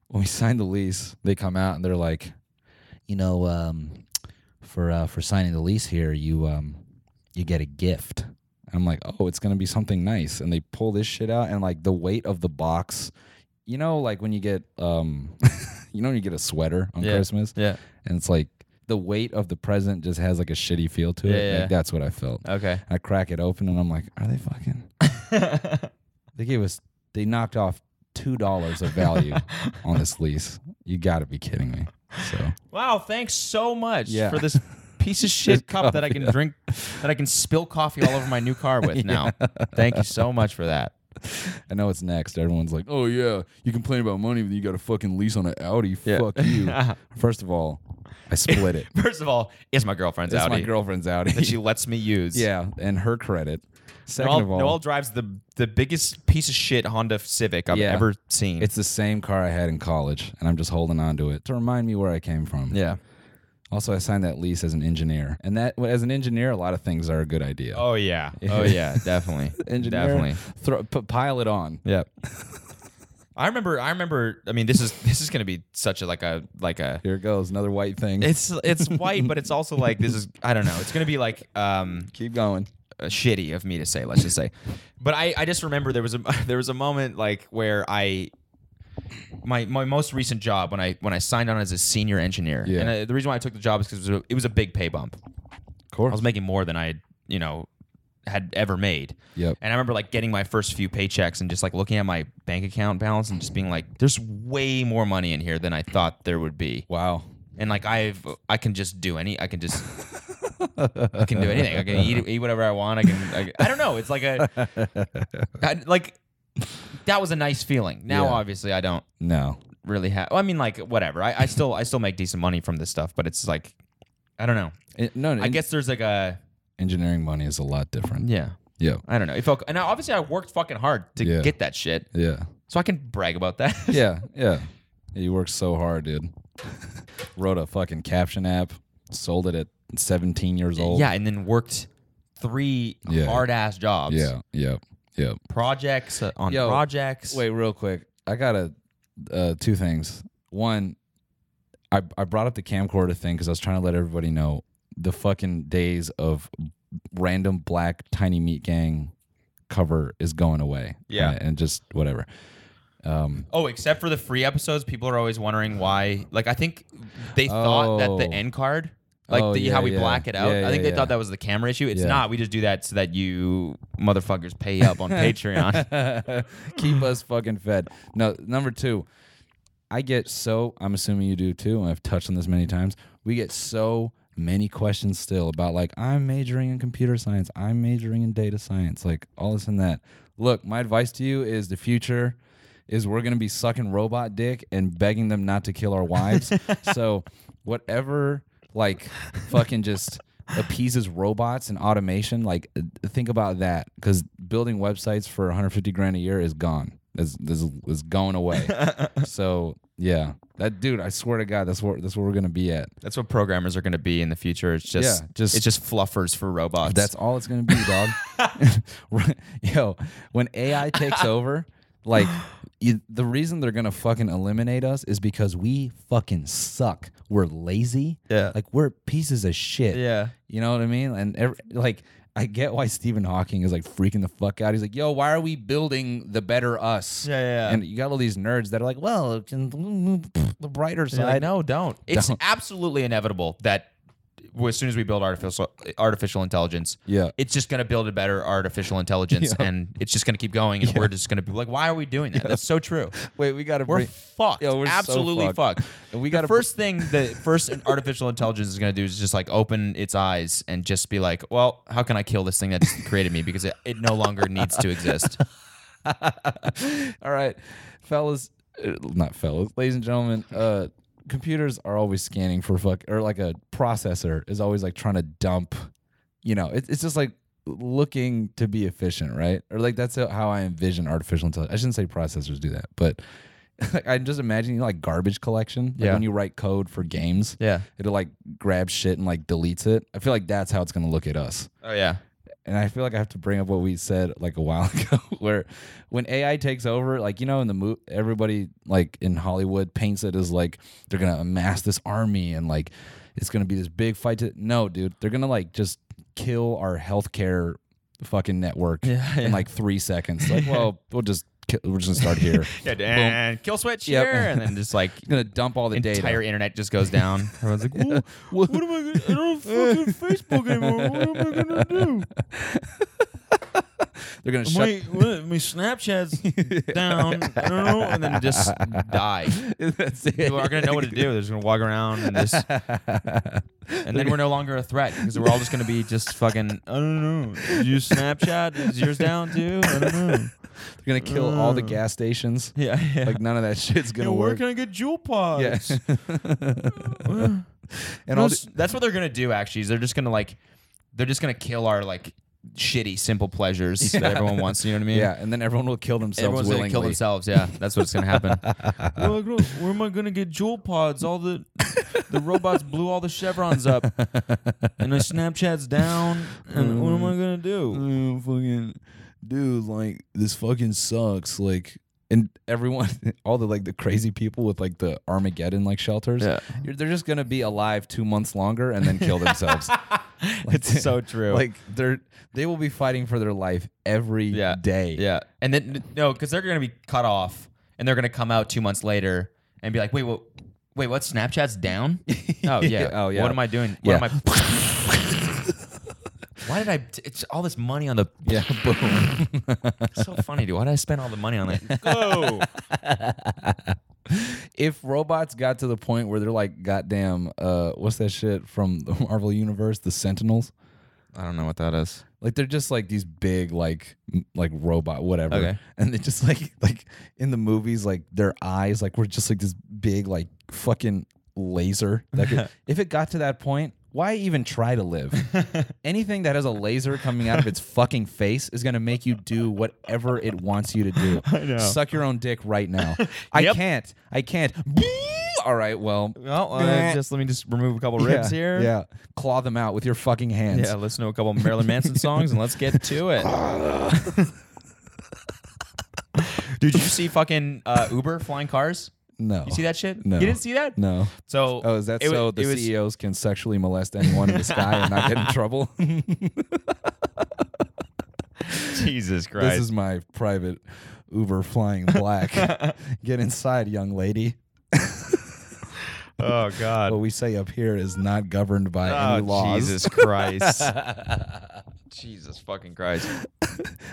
C: when we signed the lease, they come out and they're like, you know, um, for uh, for signing the lease here, you um, you get a gift. And I'm like, oh, it's gonna be something nice. And they pull this shit out, and like the weight of the box, you know, like when you get um, you know, when you get a sweater on
A: Yeah.
C: Christmas,
A: Yeah.
C: and it's like the weight of the present just has like a shitty feel to it.
A: Yeah, yeah.
C: Like, that's what I felt.
A: Okay.
C: I crack it open and I'm like, are they fucking? they gave us, they knocked off two dollars of value on this lease. You got to be kidding me. So
A: Wow. Thanks so much
C: Yeah.
A: for this piece of shit cup that I can drink, that I can spill coffee all over my new car with now. Thank you so much for that.
C: I know it's next. Everyone's like, "Oh yeah, you complain about money, but you got a fucking lease on an Audi. Fuck you." First of all, I split it.
A: First of all, it's my girlfriend's
C: It's
A: Audi
C: my girlfriend's
A: that she
C: Audi.
A: lets me use.
C: yeah, and her credit. Second
A: Noel,
C: of all,
A: Noel drives the the biggest piece of shit Honda Civic I've
C: Yeah.
A: ever seen.
C: it's the same car I had in college, and I'm just holding on to it to remind me where I came from.
A: yeah.
C: Also, I signed that lease as an engineer, and that well, as an engineer, a lot of things are a good idea.
A: Oh yeah. Oh yeah. Definitely.
C: engineer,
A: Definitely.
C: throw, p- pile it on.
A: Yep. I remember. I remember. I mean, this is this is gonna be such a like a like a.
C: Here it goes, another white thing.
A: It's it's white, but it's also like this is I don't know. It's gonna be like um
C: Keep going.
A: uh, shitty of me to say. Let's just say, but I I just remember there was a there was a moment like where I. My, my most recent job when I when I signed on as a senior engineer,
C: Yeah.
A: and uh the reason why I took the job is because it, was a- it was a big pay bump.
C: Of course.
A: I was making more than I, you know, had ever made.
C: Yep.
A: And I remember like getting my first few paychecks and just like looking at my bank account balance and just being like, "There's way more money in here than I thought there would be."
C: wow.
A: And like I've, I can just do any, I can just, I can do anything. I can eat eat whatever I want. I can, I, I don't know. It's like a, I, like, that was a nice feeling. Now
C: Yeah.
A: obviously I don't
C: No.
A: really have. I mean like whatever. I, I still I still make decent money from this stuff, but it's like, I don't know.
C: It- no.
A: I guess there's like a
C: engineering money is a lot different.
A: yeah.
C: Yeah.
A: I don't know. It felt, and I- obviously I worked fucking hard to
C: Yeah.
A: get that shit,
C: Yeah.
A: so I can brag about that.
C: Yeah. Yeah. You worked so hard, dude. Wrote a fucking caption app, sold it at 17 years old.
A: yeah, and then worked three
C: Yeah.
A: hard ass jobs.
C: Yeah. Yep. Yep.
A: projects uh, on
C: Yo,
A: projects.
C: Wait, real quick. I got a uh, two things. One, I I brought up the camcorder thing because I was trying to let everybody know the fucking days of random black tiny meat gang cover is going away.
A: Yeah.
C: and, and just whatever. Um,
A: Oh, except for the free episodes, people are always wondering why. Like, I think they thought that the
C: Oh.
A: end card, like
C: Oh,
A: the,
C: yeah,
A: how we
C: yeah.
A: black it out,
C: Yeah,
A: I think
C: yeah,
A: they
C: yeah.
A: thought that was the camera issue. It's
C: Yeah.
A: not. We just do that so that you motherfuckers pay up on Patreon.
C: Keep us fucking fed. No, number two, I get so, I'm assuming you do too, and I've touched on this many times. We get so many questions still about, like, I'm majoring in computer science, I'm majoring in data science, like all this and that. Look, my advice to you is the future is we're going to be sucking robot dick and begging them not to kill our wives. so, whatever, like, fucking just appeases robots and automation, like, uh, think about that because building websites for 150 grand a year is gone. Is, is, is going away. so, yeah. That dude, I swear to God, that's where that's where we're gonna be at.
A: That's what programmers are going to be in the future. It's just,
C: Yeah, just-
A: it's just fluffers for robots.
C: That's all it's gonna be, dog. Yo, when AI takes over, like you, the reason they're gonna fucking eliminate us is because we fucking suck. We're lazy.
A: Yeah.
C: Like we're pieces of shit.
A: Yeah.
C: You know what I mean? And every, like I get why Stephen Hawking is like freaking the fuck out. He's like, "Yo, why are we building the better us?"
A: Yeah, yeah, yeah.
C: And you got all these nerds that are like, "Well, it can- the brighter side."
A: I know. Don't. It's
C: Don't.
A: absolutely inevitable that w- as soon as we build artificial artificial intelligence,
C: Yeah.
A: it's just going to build a better artificial intelligence, and it's just going to keep going, and we're just going to be like, why are we doing that? That's so true.
C: Wait, we gotta
A: We're
C: bring.
A: fucked.
C: Yo, we're so
A: absolutely
C: fucked.
A: fucked.
C: And we
A: the
C: gotta br-
A: first thing the first artificial intelligence is going to do is just like open its eyes and just be like, well, how can I kill this thing that just created me because it, it no longer needs to exist.
C: All right, fellas, uh, not fellas, ladies and gentlemen. Uh, computers are always scanning for fuck, or like a processor is always like trying to dump. You know, it, it's just like looking to be efficient, right? Or like that's how I envision artificial intelligence. I shouldn't say processors do that, but like, I'm just imagining like garbage collection. Like
A: Yeah.
C: when you write code for games,
A: Yeah.
C: it'll like grab shit and like deletes it. I feel like that's how it's gonna look at us
A: Oh yeah.
C: and I feel like I have to bring up what we said like a while ago, where when AI takes over, like you know, in the movie, everybody like in Hollywood paints it as like they're gonna amass this army and like it's gonna be this big fight. To no, dude, they're gonna like just kill our healthcare fucking network
A: Yeah, yeah.
C: in like three seconds. Like, well, we'll just ki- we're just gonna start here.
A: Yeah. And kill switch
C: Yep.
A: here, and then just like
C: gonna dump all the
A: entire
C: data.
A: internet just goes down. Everyone's like, "Whoa,
C: What-
A: am I gonna? I don't fucking Facebook anymore. What am I gonna do?
C: They're gonna shut.
A: what, my Snapchat's down, I don't know, and then just die.
C: That's it.
A: People aren't gonna know what to do. They're just gonna walk around and just and then we're no longer a threat because we're all just gonna be just fucking. I don't know. Did you Snapchat? Is yours down too? I don't know.
C: They're gonna kill all the gas stations.
A: Yeah, yeah.
C: Like none of that shit's gonna
A: Yo, where
C: work.
A: can I get jewel pods?
C: Yeah. and all
A: That's, that's what they're gonna do. Actually, is they're just gonna like, they're just gonna kill our like shitty simple pleasures that everyone wants. You know what I
C: the-
A: mean?
C: yeah, and then everyone will kill themselves
A: Everyone's
C: willingly.
A: gonna kill themselves. Yeah, that's what's gonna happen. Well, gr- where am I gonna get jewel pods? All the the robots blew all the chevrons up, and my Snapchat's down. And what am I gonna do?
C: Oh, fucking dude, like this fucking sucks. Like and everyone all the like the crazy people with like the Armageddon like shelters.
A: Yeah.
C: You're, they're just gonna be alive two months longer and then kill themselves.
A: It's so true.
C: like they're they will be fighting for their life every day.
A: yeah, Yeah, and then no, because they're gonna be cut off, and they're gonna come out two months later and be like, wait, what? Wait, what? Snapchat's down? Oh yeah.
C: Oh, yeah.
A: What am I doing? What
C: Yeah.
A: am I? Why did I? It's all this money on the.
C: Yeah, boom.
A: It's so funny, dude. Why did I spend all the money on that? Go.
C: if robots got to the point where they're like, goddamn, uh, what's that shit from the Marvel universe, the Sentinels?
A: I don't know what that is.
C: Like they're just like these big like m- like robot whatever,
A: Okay.
C: and they just like like in the movies like their eyes like were just like this big like fucking laser. That could, if it got to that point, why even try to live? Anything that has a laser coming out of its fucking face is gonna make you do whatever it wants you to do. I know. Suck your own dick right now. I
A: Yep.
C: can't. I can't. All right. Well.
A: Well,
C: Bleh.
A: uh, just let me just remove a couple ribs
C: yeah,
A: here.
C: Yeah. Claw them out with your fucking hands.
A: Yeah, listen to a couple Marilyn Manson songs and let's get to it. Dude, did you see fucking uh, Uber flying cars?
C: No.
A: You see that shit?
C: No.
A: You didn't see that?
C: No.
A: So
C: Oh, is that
A: it wa-
C: so the
A: it was-
C: CEOs can sexually molest anyone in the sky and not get in trouble?
A: Jesus
C: this
A: Christ.
C: is my private Uber flying black. get inside, young lady.
A: oh God.
C: What we say up here is not governed by any
A: Oh,
C: laws.
A: Jesus Christ. Jesus fucking Christ.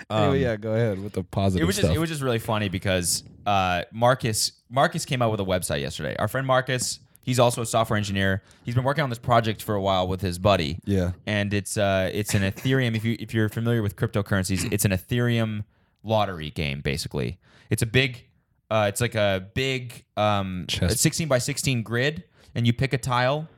A: Um,
C: anyway, yeah, go ahead with the positive
A: It was
C: stuff.
A: just it was just really funny because uh, Marcus Marcus came out with a website yesterday. Our friend Marcus, he's also a software engineer. He's been working on this project for a while with his buddy.
C: yeah.
A: and it's uh it's an Ethereum. If you if you're familiar with cryptocurrencies, it's an Ethereum lottery game. Basically, it's a big, uh, it's like a big um
C: Chess.
A: 16 by 16 grid, and you pick a tile,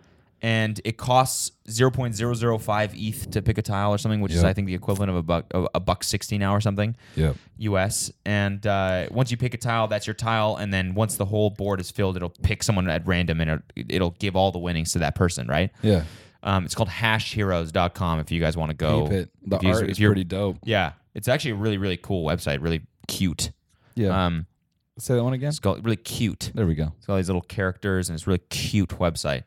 A: and it costs 0.005 ETH E to pick a tile or something, which is
C: Yeah.
A: I think the equivalent of a buck of a buck 16 now or something.
C: Yeah.
A: US. And uh, once you pick a tile, that's your tile. And then once the whole board is filled, it'll pick someone at random and it'll, it'll give all the winnings to that person, right?
C: Yeah.
A: Um, it's called hashheroes.com if you guys want to go.
C: Keep it. The
A: if you-
C: art
A: if
C: is
A: you're-
C: pretty dope.
A: Yeah. It's actually a really, really cool website, really cute.
C: Yeah.
A: Um,
C: say that one again.
A: it's called really cute.
C: There we go.
A: It's got all these little characters and it's a really cute website.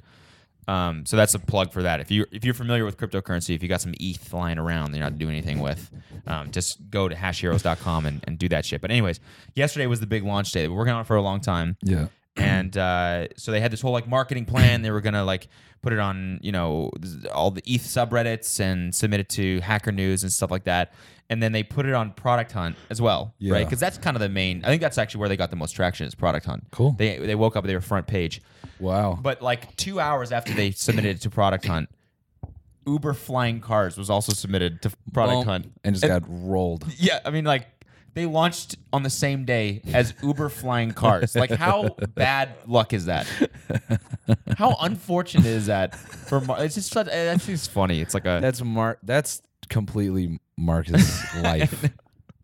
A: Um, so that's a plug for that. If you if you're familiar with cryptocurrency, if you got some ETH lying around that you're not doing anything with, um, just go to hashheroes.com and, and do that shit. But anyways, yesterday was the big launch day. We've been working on it for a long time
C: Yeah.
A: and uh, so they had this whole like marketing plan. They were gonna like put it on you know all the ETH subreddits and submit it to Hacker News and stuff like that. And then they put it on Product Hunt as well,
C: Yeah.
A: right? Because that's kind of the main. I think that's actually where they got the most traction is Product Hunt.
C: Cool.
A: They they woke up they were front page,
C: Wow.
A: but like two hours after they submitted it to Product Hunt, Uber flying cars was also submitted to Product
C: Boom.
A: Hunt.
C: And just got rolled.
A: Yeah, I mean, like they launched on the same day as Uber flying cars. Like, how bad luck is that? How unfortunate is that? For Mar- it's just such, that's just funny. It's like a
C: That's Mark. That's completely Marcus' life.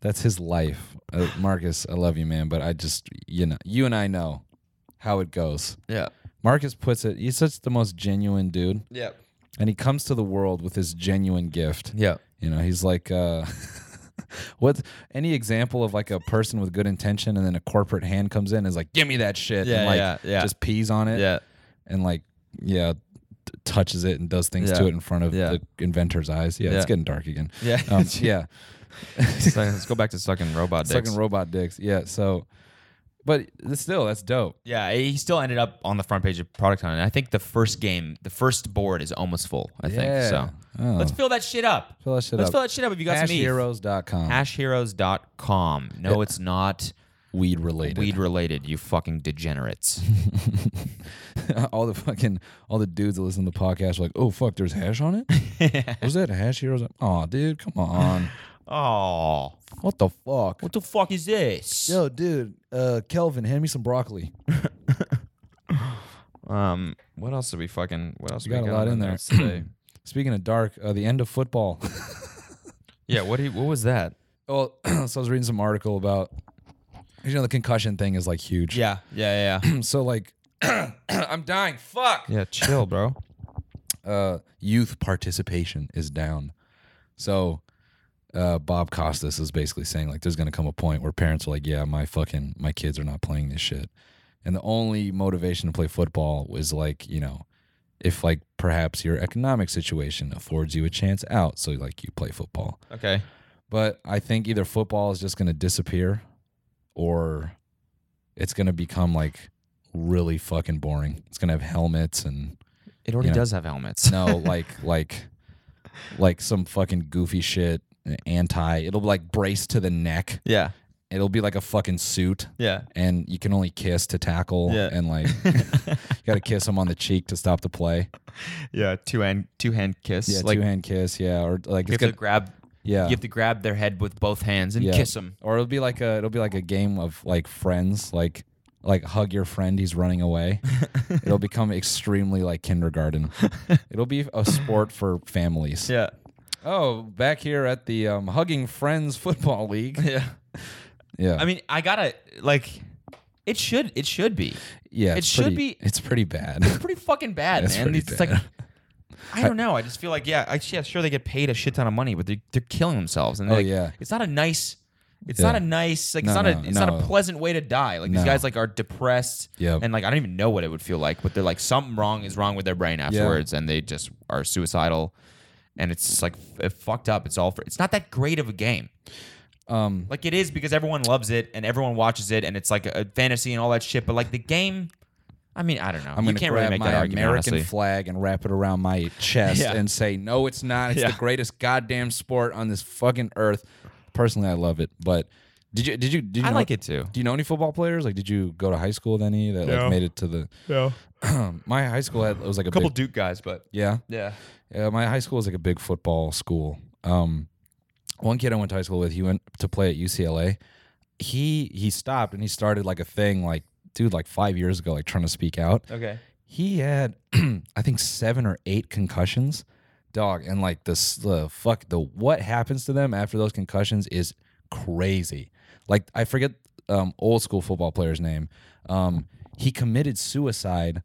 C: That's his life. Uh, Marcus, I love you, man, but I just you know you and I know how it goes.
A: yeah,
C: Marcus puts it. He's such the most genuine dude,
A: yeah,
C: and he comes to the world with his genuine gift.
A: yeah.
C: You know, he's like. uh What any example of like a person with good intention and then a corporate hand comes in and is like, give me that shit.
A: Yeah,
C: and like
A: yeah, yeah.
C: just pees on it
A: Yeah,
C: and like yeah t- touches it and does things
A: Yeah.
C: to it in front of
A: Yeah.
C: the inventor's eyes yeah, it's
A: Yeah.
C: getting dark again
A: Yeah.
C: um, yeah
A: So let's go back to sucking robot dicks.
C: sucking robot dicks yeah so but it's still that's dope
A: yeah, he still ended up on the front page of Product Hunt. And I think the first game, the first board is almost full. I think so.
C: Yeah. Oh.
A: Let's fill that shit up.
C: Fill that shit
A: Let's
C: up.
A: fill that shit up if you got some ETH.
C: hashheroes.com
A: hashheroes.com. No, it's not.
C: weed related.
A: Weed related, you fucking degenerates.
C: all the fucking all the dudes that listen to the podcast are like, "Oh fuck, there's hash on it." was that hash here? I was like, "Oh, dude, come on,
A: oh,
C: what the fuck?"
A: what the fuck is this?
C: Yo, dude, uh, Kelvin, hand me some broccoli.
A: Um, what else did we fucking? What else
C: You
A: we
C: got a lot
A: on
C: in
A: the
C: there.
A: notes today?
C: Speaking of dark, uh, the end of football.
A: yeah. What? do you- what was that?
C: well, so I was reading some article about, you know, the concussion thing is like huge.
A: Yeah. Yeah. Yeah.
C: So like, I'm dying. Fuck.
A: yeah. Chill, bro.
C: uh, youth participation is down. So uh, Bob Costas is basically saying like there's going to come a point where parents are like, yeah, my fucking my kids are not playing this shit, and the only motivation to play football is like you know if like perhaps your economic situation affords you a chance out, so like you play football.
A: Okay.
C: But I think either football is just going to disappear, or it's going to become like really fucking boring. It's going to have helmets and
A: It already
C: You know.
A: does have helmets.
C: no, like like like some fucking goofy shit. an Anti. It'll like brace to the neck.
A: Yeah.
C: It'll be like a fucking suit,
A: Yeah.
C: and you can only kiss to tackle,
A: Yeah.
C: and like you got to kiss him on the cheek to stop the play.
A: Yeah. Two hand. Two hand kiss.
C: Yeah,
A: like
C: two hand kiss. Yeah, or like
A: you
C: it's
A: have
C: gonna,
A: to grab.
C: yeah,
A: You have to grab their head with both hands and
C: Yeah.
A: kiss them.
C: or it'll be like a it'll be like a game of like friends, like like hug your friend, he's running away. it'll become extremely like kindergarten. it'll be a sport for families.
A: Yeah.
C: Oh, back here at the um, Hugging Friends Football League.
A: Yeah.
C: Yeah.
A: I mean, I gotta like. It should. It should be.
C: yeah,
A: it
C: it's
A: should
C: pretty-
A: be-
C: It's pretty bad.
A: pretty fucking bad,
C: That's
A: man.
C: pretty
A: it's
C: bad.
A: like I don't know. I just feel like yeah, I, yeah, sure they get paid a shit ton of money, but they're, they're killing themselves. And
C: Oh,
A: like,
C: yeah.
A: it's not a nice. It's
C: Yeah.
A: not a nice like
C: No,
A: it's not
C: no,
A: a it's not
C: no.
A: a pleasant way to die. Like
C: No.
A: these guys like are depressed
C: Yep.
A: and like I don't even know what it would feel like, but they're like something wrong is wrong with their brain afterwards, and they just are suicidal, and it's just, like f- fucked up. It's all for it's not that great of a game.
C: um,
A: Like it is because everyone loves it and everyone watches it and it's like a fantasy and all that shit. But like the game, I mean, I don't know.
C: I'm
A: you
C: going to
A: can't
C: grab
A: really make
C: my
A: that argument.
C: American
A: honestly.
C: flag and wrap it around my chest
A: Yeah.
C: and say, no, it's not. It's
A: Yeah.
C: the greatest goddamn sport on this fucking earth. Personally, I love it. But did you, did you, did you,
A: I
C: know,
A: like it too.
C: Do you know any football players? Like, did you go to high school with any that like made it to the,
A: Yeah.
C: my high school had, it was like a
A: couple
C: big,
A: Duke guys, but
C: yeah.
A: yeah,
C: Yeah, Uh, my high school was like a big football school. Um, one kid I went to high school with, he went to play at UCLA. He he stopped and he started like a thing, like dude, like five years ago, like trying to speak out.
A: okay,
C: He had, I think, seven or eight concussions, dog, and like the s- the fuck the what happens to them after those concussions is crazy. Like I forget um, old school football player's name. Um, he committed suicide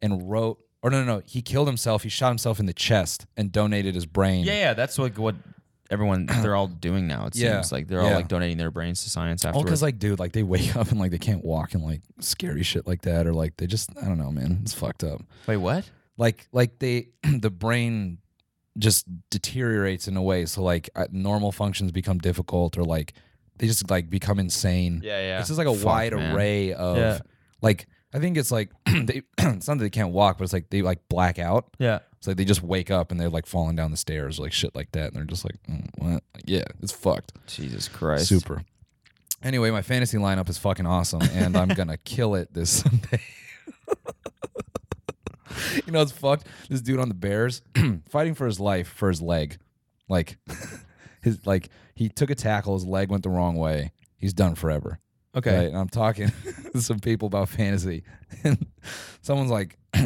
C: and wrote. Or no, no, no. He killed himself. He shot himself in the chest and donated his brain.
A: yeah, yeah, that's like what everyone they're all doing now. It
C: Yeah.
A: seems like they're all
C: Yeah.
A: like donating their brains to science
C: All because
A: afterwards.
C: like, dude, like they wake up and like they can't walk and like scary shit like that, or like they just I don't know, man. It's fucked up.
A: Wait, what?
C: like like they the brain just deteriorates in a way so like uh, normal functions become difficult or like they just like become insane
A: Yeah, yeah.
C: it's just like a
A: Fuck,
C: wide
A: man.
C: array of
A: Yeah.
C: like i think it's like they it's not that they can't walk but it's like they like black out
A: Yeah,
C: it's like they just wake up and they're like falling down the stairs like shit like that and they're just like mm, what Like, yeah it's fucked
A: Jesus Christ.
C: super anyway my fantasy lineup is fucking awesome and i'm gonna kill it this sunday you know it's fucked this dude on the bears fighting for his life for his leg like his like he took a tackle his leg went the wrong way he's done forever
A: Okay.
C: Right? and i'm talking to some people about fantasy and someone's like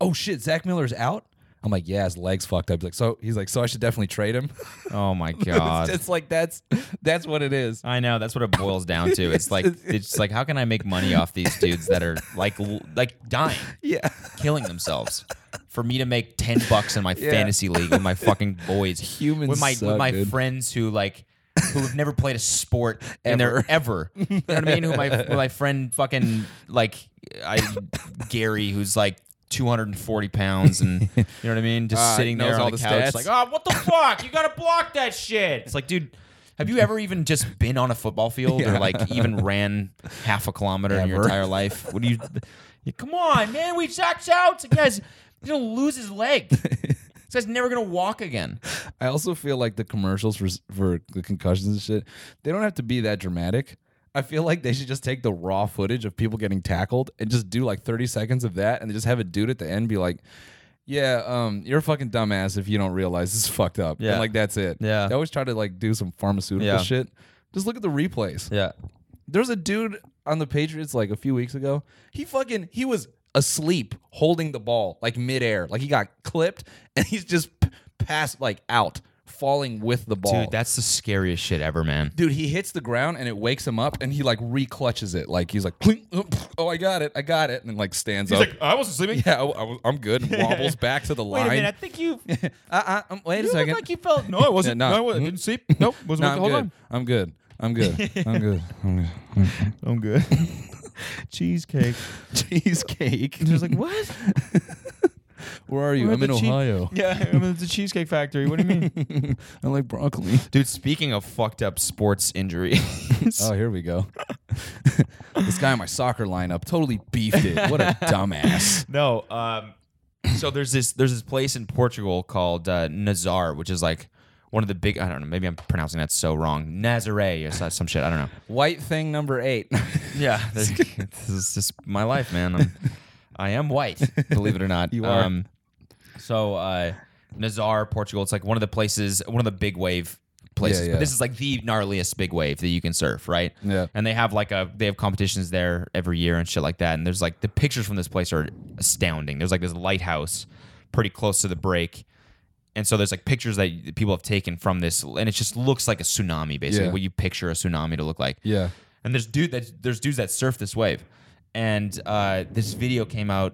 C: oh shit zach miller's out i'm like yeah his leg's fucked up he's like so he's like so i should definitely trade him
A: Oh my
C: it's
A: god.
C: just like that's that's what it is
A: I know that's what it boils down to. It's like it's like how can I make money off these dudes that are like l- like dying,
C: Yeah.
A: killing themselves, for me to make ten bucks in my
C: Yeah.
A: fantasy league with my fucking boys,
C: Humans
A: with my
C: suck,
A: with my
C: dude.
A: friends who like who have never played a sport and they're ever, you know what I mean? Who my who my friend fucking like I Gary who's like. 240 pounds and you know what I mean just
C: Ah,
A: sitting there
C: knows
A: on
C: all
A: the
C: the
A: couch
C: stats.
A: like oh what the fuck you gotta block that shit it's like dude have you ever even just been on a football field or like even ran half a kilometer in your
C: Ever.
A: entire life what do you yeah, come on man we jacked out This guys he's gonna lose his leg this guy's never gonna walk again
C: I also feel like the commercials for for the concussions and shit, they don't have to be that dramatic. I feel like they should just take the raw footage of people getting tackled and just do like 30 seconds of that and just have a dude at the end be like, yeah, um, you're a fucking dumbass if you don't realize this is fucked up.
A: Yeah.
C: And like that's it.
A: Yeah.
C: They always try to like do some pharmaceutical
A: Yeah.
C: shit. Just look at the replays.
A: Yeah.
C: There's a dude on the Patriots like a few weeks ago. He fucking he was asleep holding the ball like midair. Like he got clipped and he's just p- passed like out, falling with the ball.
A: Dude, that's the scariest shit ever, man.
C: Dude, he hits the ground and it wakes him up, and he like reclutches it. Like he's like, "Plink, oh, pff, "Oh, I got it, I got it," and then like stands up.
A: I wasn't sleeping.
C: yeah, I, am good. And wobbles back to the
A: Wait
C: line.
A: a minute. I think you. You
C: Uh, uh, um, wait a
A: look
C: second.
A: like you felt. No, I wasn't.
C: Yeah, no.
A: no, I wa- I didn't sleep. Nope. Was
C: no,
A: with-
C: I'm,
A: hold
C: good.
A: on.
C: I'm good. I'm good. I'm good. I'm good.
A: I'm good. Cheesecake.
C: Cheesecake.
A: Just like what?
C: Where are you?
A: Where
C: I'm
A: the
C: in
A: cheese-
C: Ohio.
A: Yeah, I mean, it's a cheesecake factory. What do you mean?
C: I like broccoli.
A: Dude, speaking of fucked up sports injuries,
C: Oh, here we go. this guy in my soccer lineup totally beefed it. What a dumbass.
A: no. Um, so there's this there's this place in Portugal called uh, Nazar, which is like one of the big. I don't know. Maybe I'm pronouncing that so wrong. Nazare or so- some shit. I don't know.
C: White thing number eight.
A: Yeah, there- this is just my life, man. I'm, I am white, believe it or not. Um,
C: You are.
A: so uh, Nazar, Portugal. It's like one of the places, one of the big wave places.
C: Yeah, yeah.
A: But this is like the gnarliest big wave that you can surf, right?
C: Yeah.
A: And they have like a they have competitions there every year and shit like that. And there's like the pictures from this place are astounding. There's like this lighthouse pretty close to the break. And so there's like pictures that people have taken from this, and it just looks like a tsunami, basically
C: Yeah.
A: what you picture a tsunami to look like.
C: yeah.
A: And there's dude that there's dudes that surf this wave, and uh, this video came out.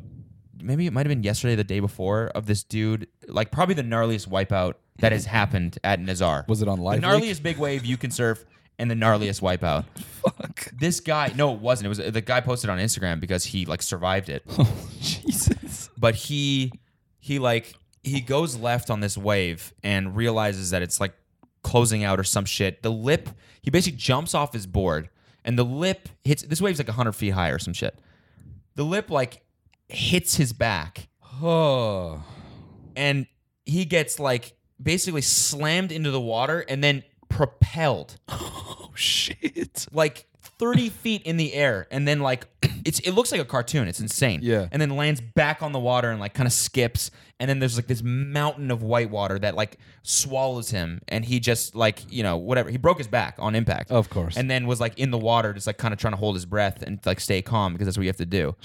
A: Maybe it might have been yesterday, the day before, of this dude, like probably the gnarliest wipeout that has happened at Nazar.
C: Was it on
A: the
C: live?
A: gnarliest big wave you can surf and the gnarliest wipeout?
C: Fuck.
A: This guy, no, it wasn't. It was the guy posted on Instagram because he like survived it
C: Oh, Jesus.
A: but he he like he goes left on this wave and realizes that it's like closing out or some shit. The lip he basically jumps off his board and the lip hits this wave's like 100 feet high or some shit. The lip like hits his back
C: Oh.
A: and he gets like basically slammed into the water and then propelled
C: Oh shit.
A: like 30 feet in the air and then like it's it looks like a cartoon it's insane
C: Yeah.
A: and then lands back on the water and like kind of skips and then there's like this mountain of white water that like swallows him and he just like you know whatever he broke his back on impact
C: Of course.
A: and then was like in the water just like kind of trying to hold his breath and like stay calm because that's what you have to do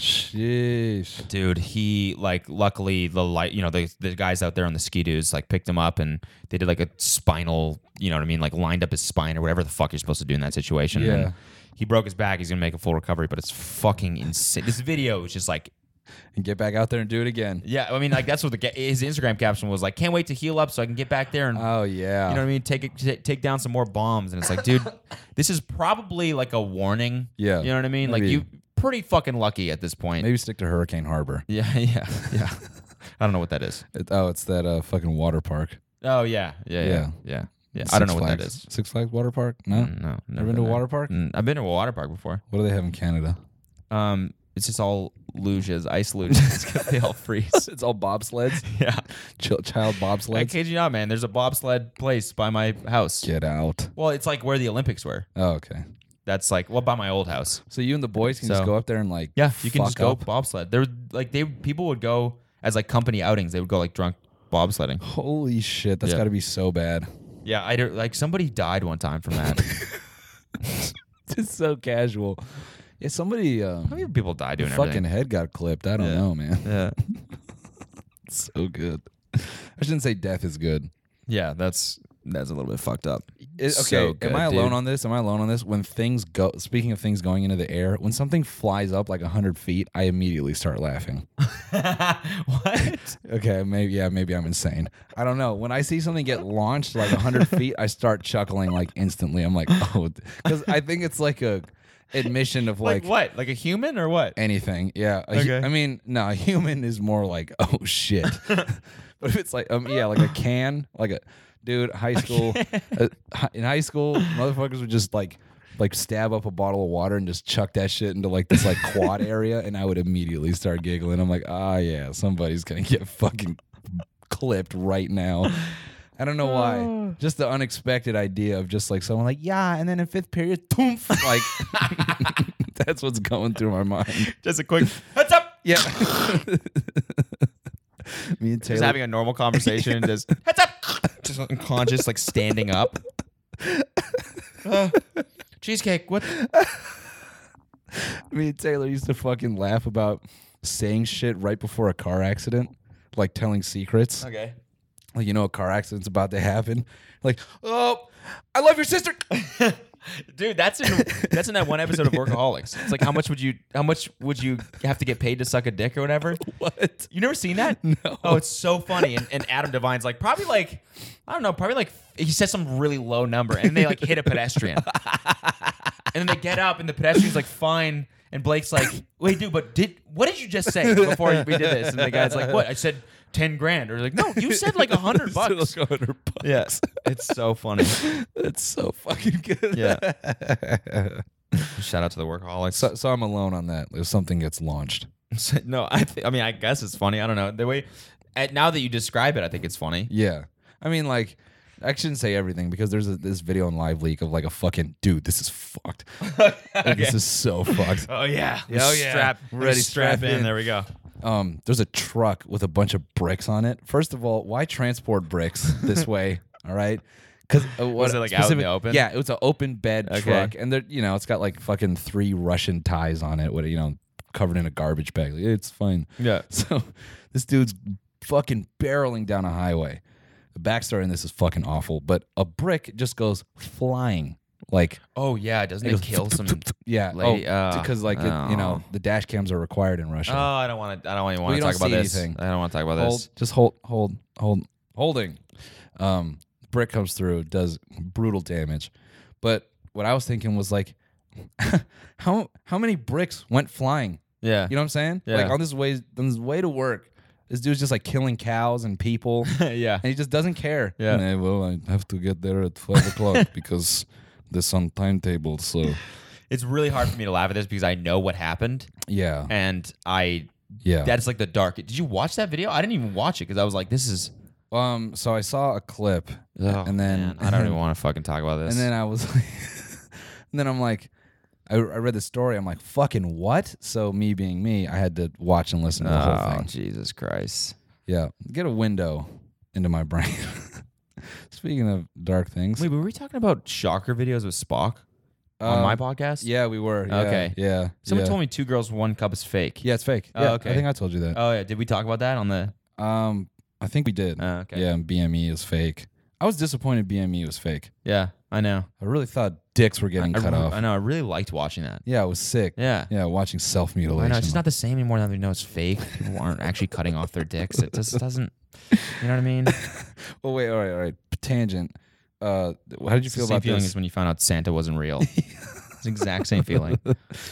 C: Sheesh.
A: dude he like luckily the light you know the, the guys out there on the ski doos like picked him up and they did like a spinal you know what i mean like lined up his spine or whatever the fuck you're supposed to do in that situation
C: Yeah.
A: And he broke his back he's gonna make a full recovery but it's fucking insane this video is just like
C: And get back out there and do it again.
A: yeah i mean like that's what the ga- his instagram caption was like can't wait to heal up so i can get back there and
C: Oh yeah.
A: you know what i mean take it t- take down some more bombs and it's like dude this is probably like a warning
C: Yeah.
A: you know what i mean like
C: Maybe.
A: you pretty fucking lucky at this point
C: Maybe stick to Hurricane Harbor.
A: yeah yeah yeah i don't know what that is
C: It- oh, it's that uh, fucking water park.
A: Oh yeah, yeah,
C: Yeah.
A: yeah, yeah. yeah. I don't know
C: Six
A: what that is.
C: Flags- Six Flags water park? No.
A: Mm, No,
C: Ever been to a
A: there.
C: water park?
A: Mm, I've been to a water park before.
C: What do they have in Canada?
A: Um, it's just all luges, ice luges, 'cause they all freeze.
C: it's all bobsleds.
A: Yeah,
C: Ch- child
A: I
C: bobsleds.
A: kid you not, man. There's a bobsled place by my house.
C: Get out.
A: Well, it's like where the Olympics were.
C: Oh, okay.
A: That's like well by my old house.
C: So you and the boys can just
A: So-
C: go up there and like
A: Yeah, you can
C: fuck
A: just go
C: up?
A: bobsled. There, like they people would go as like company outings. They would go like drunk bobsledding.
C: Holy shit, That's
A: Yeah.
C: got to be so bad.
A: Yeah, I don't- like somebody died one time from that.
C: It's so casual. Yeah, somebody uh,
A: How many people die doing
C: fucking
A: everything?
C: head got clipped. I don't
A: Yeah.
C: know, man.
A: Yeah,
C: so good. I shouldn't say death is good.
A: yeah. That's that's a little bit fucked up.
C: It-
A: So
C: okay,
A: good,
C: am I alone
A: dude.
C: on this? Am I alone on this? When things go, speaking of things going into the air, when something flies up like hundred feet, I immediately start laughing.
A: what?
C: Okay, maybe yeah, maybe I'm insane. I don't know. When I see something get launched like hundred feet, I start chuckling like instantly. I'm like, oh, because I think it's like a admission of like.
A: Like, what? Like a human or what?
C: Anything, yeah. A hu-
A: Okay.
C: I mean, no, a human is more like, oh shit. but if it's like, um, yeah, like a can, like a dude, high school, uh, hi- in high school, motherfuckers would just like, like stab up a bottle of water and just chuck that shit into like this like quad area, and I would immediately start giggling. I'm like, ah, yeah, somebody's gonna get fucking clipped right now. I don't know why. Just the unexpected idea of just like someone like, yeah, and then in fifth period, toomph, like that's what's going through my mind.
A: Just a quick heads up.
C: Yeah. Me and
A: Just
C: Taylor
A: having a normal conversation. Just heads up. Just unconscious, like standing up. Uh, cheesecake. What?
C: me and Taylor used to fucking laugh about saying shit right before a car accident, like telling secrets.
A: Okay.
C: Like you know a car accident's about to happen. Like, oh, I love your sister.
A: Dude, that's in that's in that one episode of Workaholics. It's like how much would you how much would you have to get paid to suck a dick or whatever?
C: what?
A: You never seen that? No. Oh, it's so funny. And, and Adam Devine's like probably like I don't know, probably like he says some really low number, and they like hit a pedestrian, and then they get up, and the pedestrian's like fine, and Blake's like wait, dude, but did what did you just say before we did this? And the guy's like, what? I said ten grand, or like no, you said like a hundred bucks.
C: Like 100 bucks.
A: Yes, it's so funny.
C: That's so fucking good.
A: Yeah. Shout out to the workaholics.
C: So, so I'm alone on that. If something gets launched,
A: no, I th- I mean I guess it's funny. I don't know the way. At, now that you describe it, I think it's funny.
C: yeah. I mean, like, I shouldn't say everything because there's a, this video on Live Leak of like a fucking dude. This is fucked. Like, This is so fucked.
A: Oh yeah.
C: Oh, yeah.
A: Strap,
C: Ready,
A: ready, strap,
C: strap
A: in.
C: in.
A: There we go.
C: Um, there's a truck with a bunch of bricks on it. First of all, why transport bricks this way? All right. Because
A: Was it, like, out in the open?
C: Yeah, it was an open bed
A: Okay.
C: truck, and there, you know, it's got like fucking three Russian ties on it. What you know, covered in a garbage bag. Like, it's fine.
A: Yeah.
C: So this dude's fucking barreling down a highway. The backstory in this is fucking awful, but a brick just goes flying. Like,
A: Oh yeah. Doesn't it kill some?
C: yeah,
A: Lady- uh,
C: because like oh. it, you know the dash cams are required in
A: Oh,
C: Russia.
A: I don't want to. I don't want to
C: We
A: want to
C: don't
A: talk about
C: see
A: this.
C: anything.
A: I don't want to talk about
C: hold,
A: this.
C: just hold, hold, hold, holding. Um, brick comes through, does brutal damage. But what I was thinking was like, how how many bricks went flying?
A: Yeah.
C: You know what I'm saying?
A: Yeah.
C: Like on this way, on this way to work, this dude's just like killing cows and people.
A: yeah.
C: and he just doesn't care.
A: Yeah.
C: And I- well, I have to get there at five o'clock because there's on timetable. So
A: It's really hard for me to laugh at this because I know what happened,
C: yeah,
A: and I.
C: yeah.
A: That's like the dark. Did you watch that video? I didn't even watch it because I was like, this is.
C: um. So I saw a clip,
A: Oh,
C: and then
A: man, I don't even want to fucking talk about this.
C: and then I was, like, and then I'm like, I, I read the story. I'm like, fucking what? So me being me, I had to watch and listen to the whole
A: oh
C: thing.
A: Jesus Christ.
C: Yeah, get a window into my brain. Speaking of dark things,
A: Wait, were we talking about shocker videos with Spock on
C: um,
A: my podcast?
C: Yeah, we were. Yeah,
A: Okay.
C: Yeah.
A: Someone
C: yeah.
A: told me two girls, one cup is fake.
C: Yeah, it's fake.
A: Oh,
C: yeah, I
A: okay.
C: think I told you that.
A: Oh yeah. Did we talk about that on the?
C: Um, I think we did.
A: Oh, okay.
C: Yeah, and BME is fake. I was disappointed BME was fake.
A: Yeah. I know.
C: I really thought dicks were getting
A: I,
C: cut
A: re-
C: off.
A: I know. I really liked watching that.
C: Yeah, I was sick.
A: Yeah.
C: Yeah, watching self
A: I
C: mutilation.
A: know. It's just not the same anymore now that we know it's fake. People aren't actually cutting off their dicks. It just doesn't. You know what I mean?
C: oh wait, all right, all right. Tangent. Uh, how did you
A: It's the
C: feel
A: same
C: about
A: feeling
C: this?
A: is when you found out Santa wasn't real. it's the exact same feeling.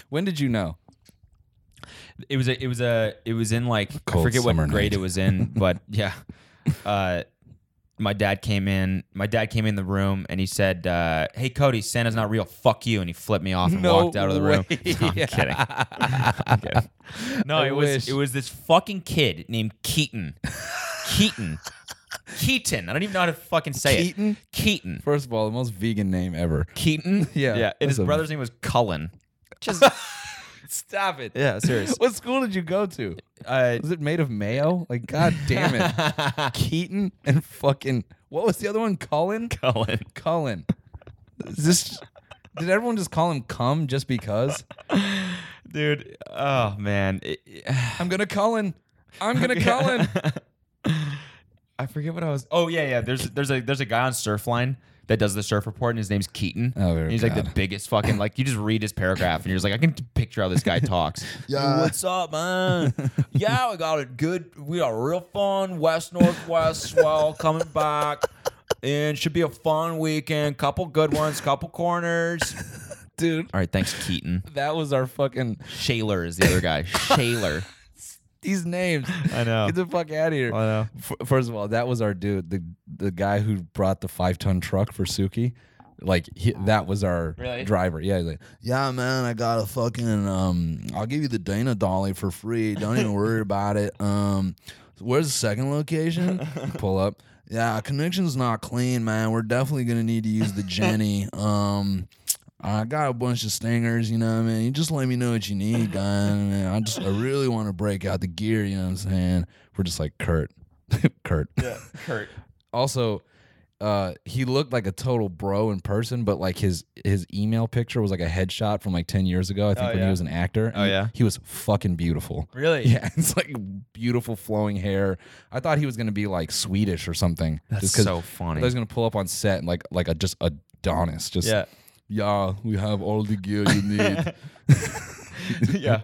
C: When did you know?
A: It was a. It was a. It was in like
C: Cold
A: I forget what
C: summer
A: grade
C: night.
A: it was in, but yeah. Uh, my dad came in. My dad came in the room and he said, uh, "Hey Cody, Santa's not real. Fuck you." And he flipped me off and
C: No
A: walked out of the room.
C: way.
A: No, I'm kidding. I'm kidding. No,
C: I
A: it was
C: wish.
A: it was this fucking kid named Keaton. Keaton. Keaton. I don't even know how to fucking say
C: Keaton?
A: it. Keaton.
C: First of all, the most vegan name ever.
A: Keaton.
C: Yeah,
A: Yeah. And
C: that's
A: his
C: a-
A: brother's name was Cullen. Just
C: Stop it.
A: yeah, serious.
C: What school did you go to?
A: Uh,
C: Was it made of mayo? Like, god damn it. Keaton and fucking what was the other one? Colin.
A: Cullen.
C: Cullen. Is this did everyone just call him cum just because?
A: Dude, oh man. It-
C: I'm gonna Cullen. I'm gonna Cullen.
A: I forget what I was. Oh yeah, yeah. There's there's a there's a guy on Surfline that does the surf report, and his name's Keaton.
C: Oh, very
A: and he's like the
C: bad.
A: biggest fucking like. You just read his paragraph, and you're just like, I can picture how this guy talks.
C: Yeah.
A: What's up, man? yeah, we got it good. We got real fun. West Northwest swell coming back. And should be a fun weekend. Couple good ones, couple corners.
C: Dude,
A: All right, thanks, Keaton.
C: that was our fucking
A: Shaler is the other guy. Shaler.
C: these names.
A: I know.
C: Get the fuck out of here.
A: know.
C: F- First of all, that was our dude, the the guy who brought the five ton truck for Suki. Like he, that was our
A: Really?
C: driver. Yeah, he's like, yeah, man, I got a fucking um, I'll give you the Dana dolly for free. Don't even worry about it. Um, where's the second location? Pull up. yeah, our connection's not clean, man. We're definitely gonna need to use the Jenny. um, I got a bunch of stingers, you know what I mean? You just let me know what you need, guy. I, mean, I just I really want to break out the gear, you know what I'm saying? We're just like Kurt. Kurt.
A: Kurt.
C: Also, uh, he looked like a total bro in person, but like his his email picture was like a headshot from like ten years ago. I think
A: Oh,
C: when
A: yeah.
C: he was an actor. and
A: Oh, yeah?
C: he was fucking beautiful.
A: Really?
C: Yeah, it's like beautiful flowing hair. I thought he was gonna be like Swedish or something.
A: That's
C: just 'cause
A: so
C: I
A: funny.
C: thought he was gonna pull up on set and like like a just Adonis. Just
A: Yeah.
C: yeah, we have all the gear you need.
A: yeah.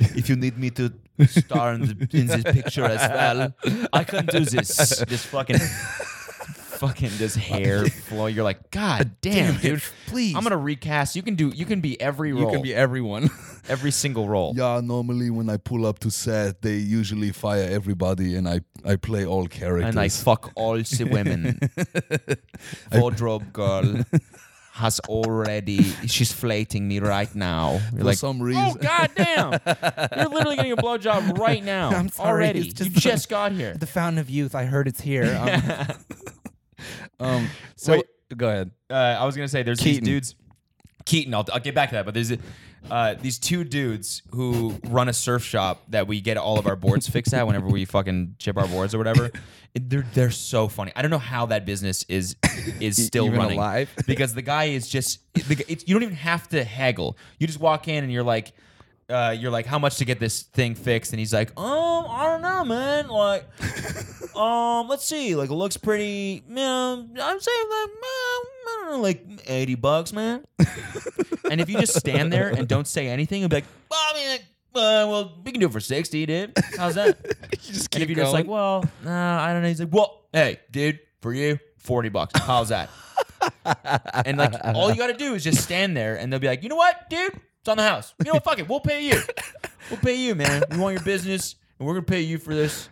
A: If you need me to star in, the, in this picture as well, I can do this. This fucking, fucking this hair flow. You're like, God damn,
C: it,
A: dude.
C: please."
A: I'm gonna recast. You can do. You can be every
C: you
A: role.
C: can be everyone.
A: every single role.
C: yeah, normally when I pull up to set, they usually fire everybody, and I I play all characters.
A: And I fuck all the women. Wardrobe girl has already. She's flating me right now. You're
C: For
A: like.
C: some
A: Oh
C: reason,
A: goddamn! You're literally getting a blowjob right now.
C: I'm sorry,
A: already.
C: it's just-
A: you just got here.
C: the fountain of youth. I heard it's here. Um, um, so
A: Wait.
C: go ahead.
A: uh, I was gonna say there's
C: Keaton.
A: these dudes. Keaton, I'll, I'll get back to that, but there's uh, these two dudes who run a surf shop that we get all of our boards fixed at whenever we fucking chip our boards or whatever. And They're they're so funny. I don't know how that business is is still
C: E-, even
A: running
C: alive?
A: because the guy is just the, g- it's, you don't even have to haggle. You just walk in and you're like. Uh, you're like, how much to get this thing fixed? And he's like, um, I don't know, man. Like, um, let's see. Like, it looks pretty. You know, I'm saying like, mm, I don't know, like eighty bucks, man. and if you just stand there and don't say anything, and be like, well, I mean, like, uh, well, we can do it for sixty, dude. How's that?
C: You just
A: and if you're just like, well, nah, I don't know. He's like, well, hey, dude, for you, forty bucks. How's that? and like, all you got to do is just stand there, and they'll be like, you know what, dude, it's on the house. You know what? Fuck it, we'll pay you. We'll pay you, man. We want your business, and we're gonna pay you for this.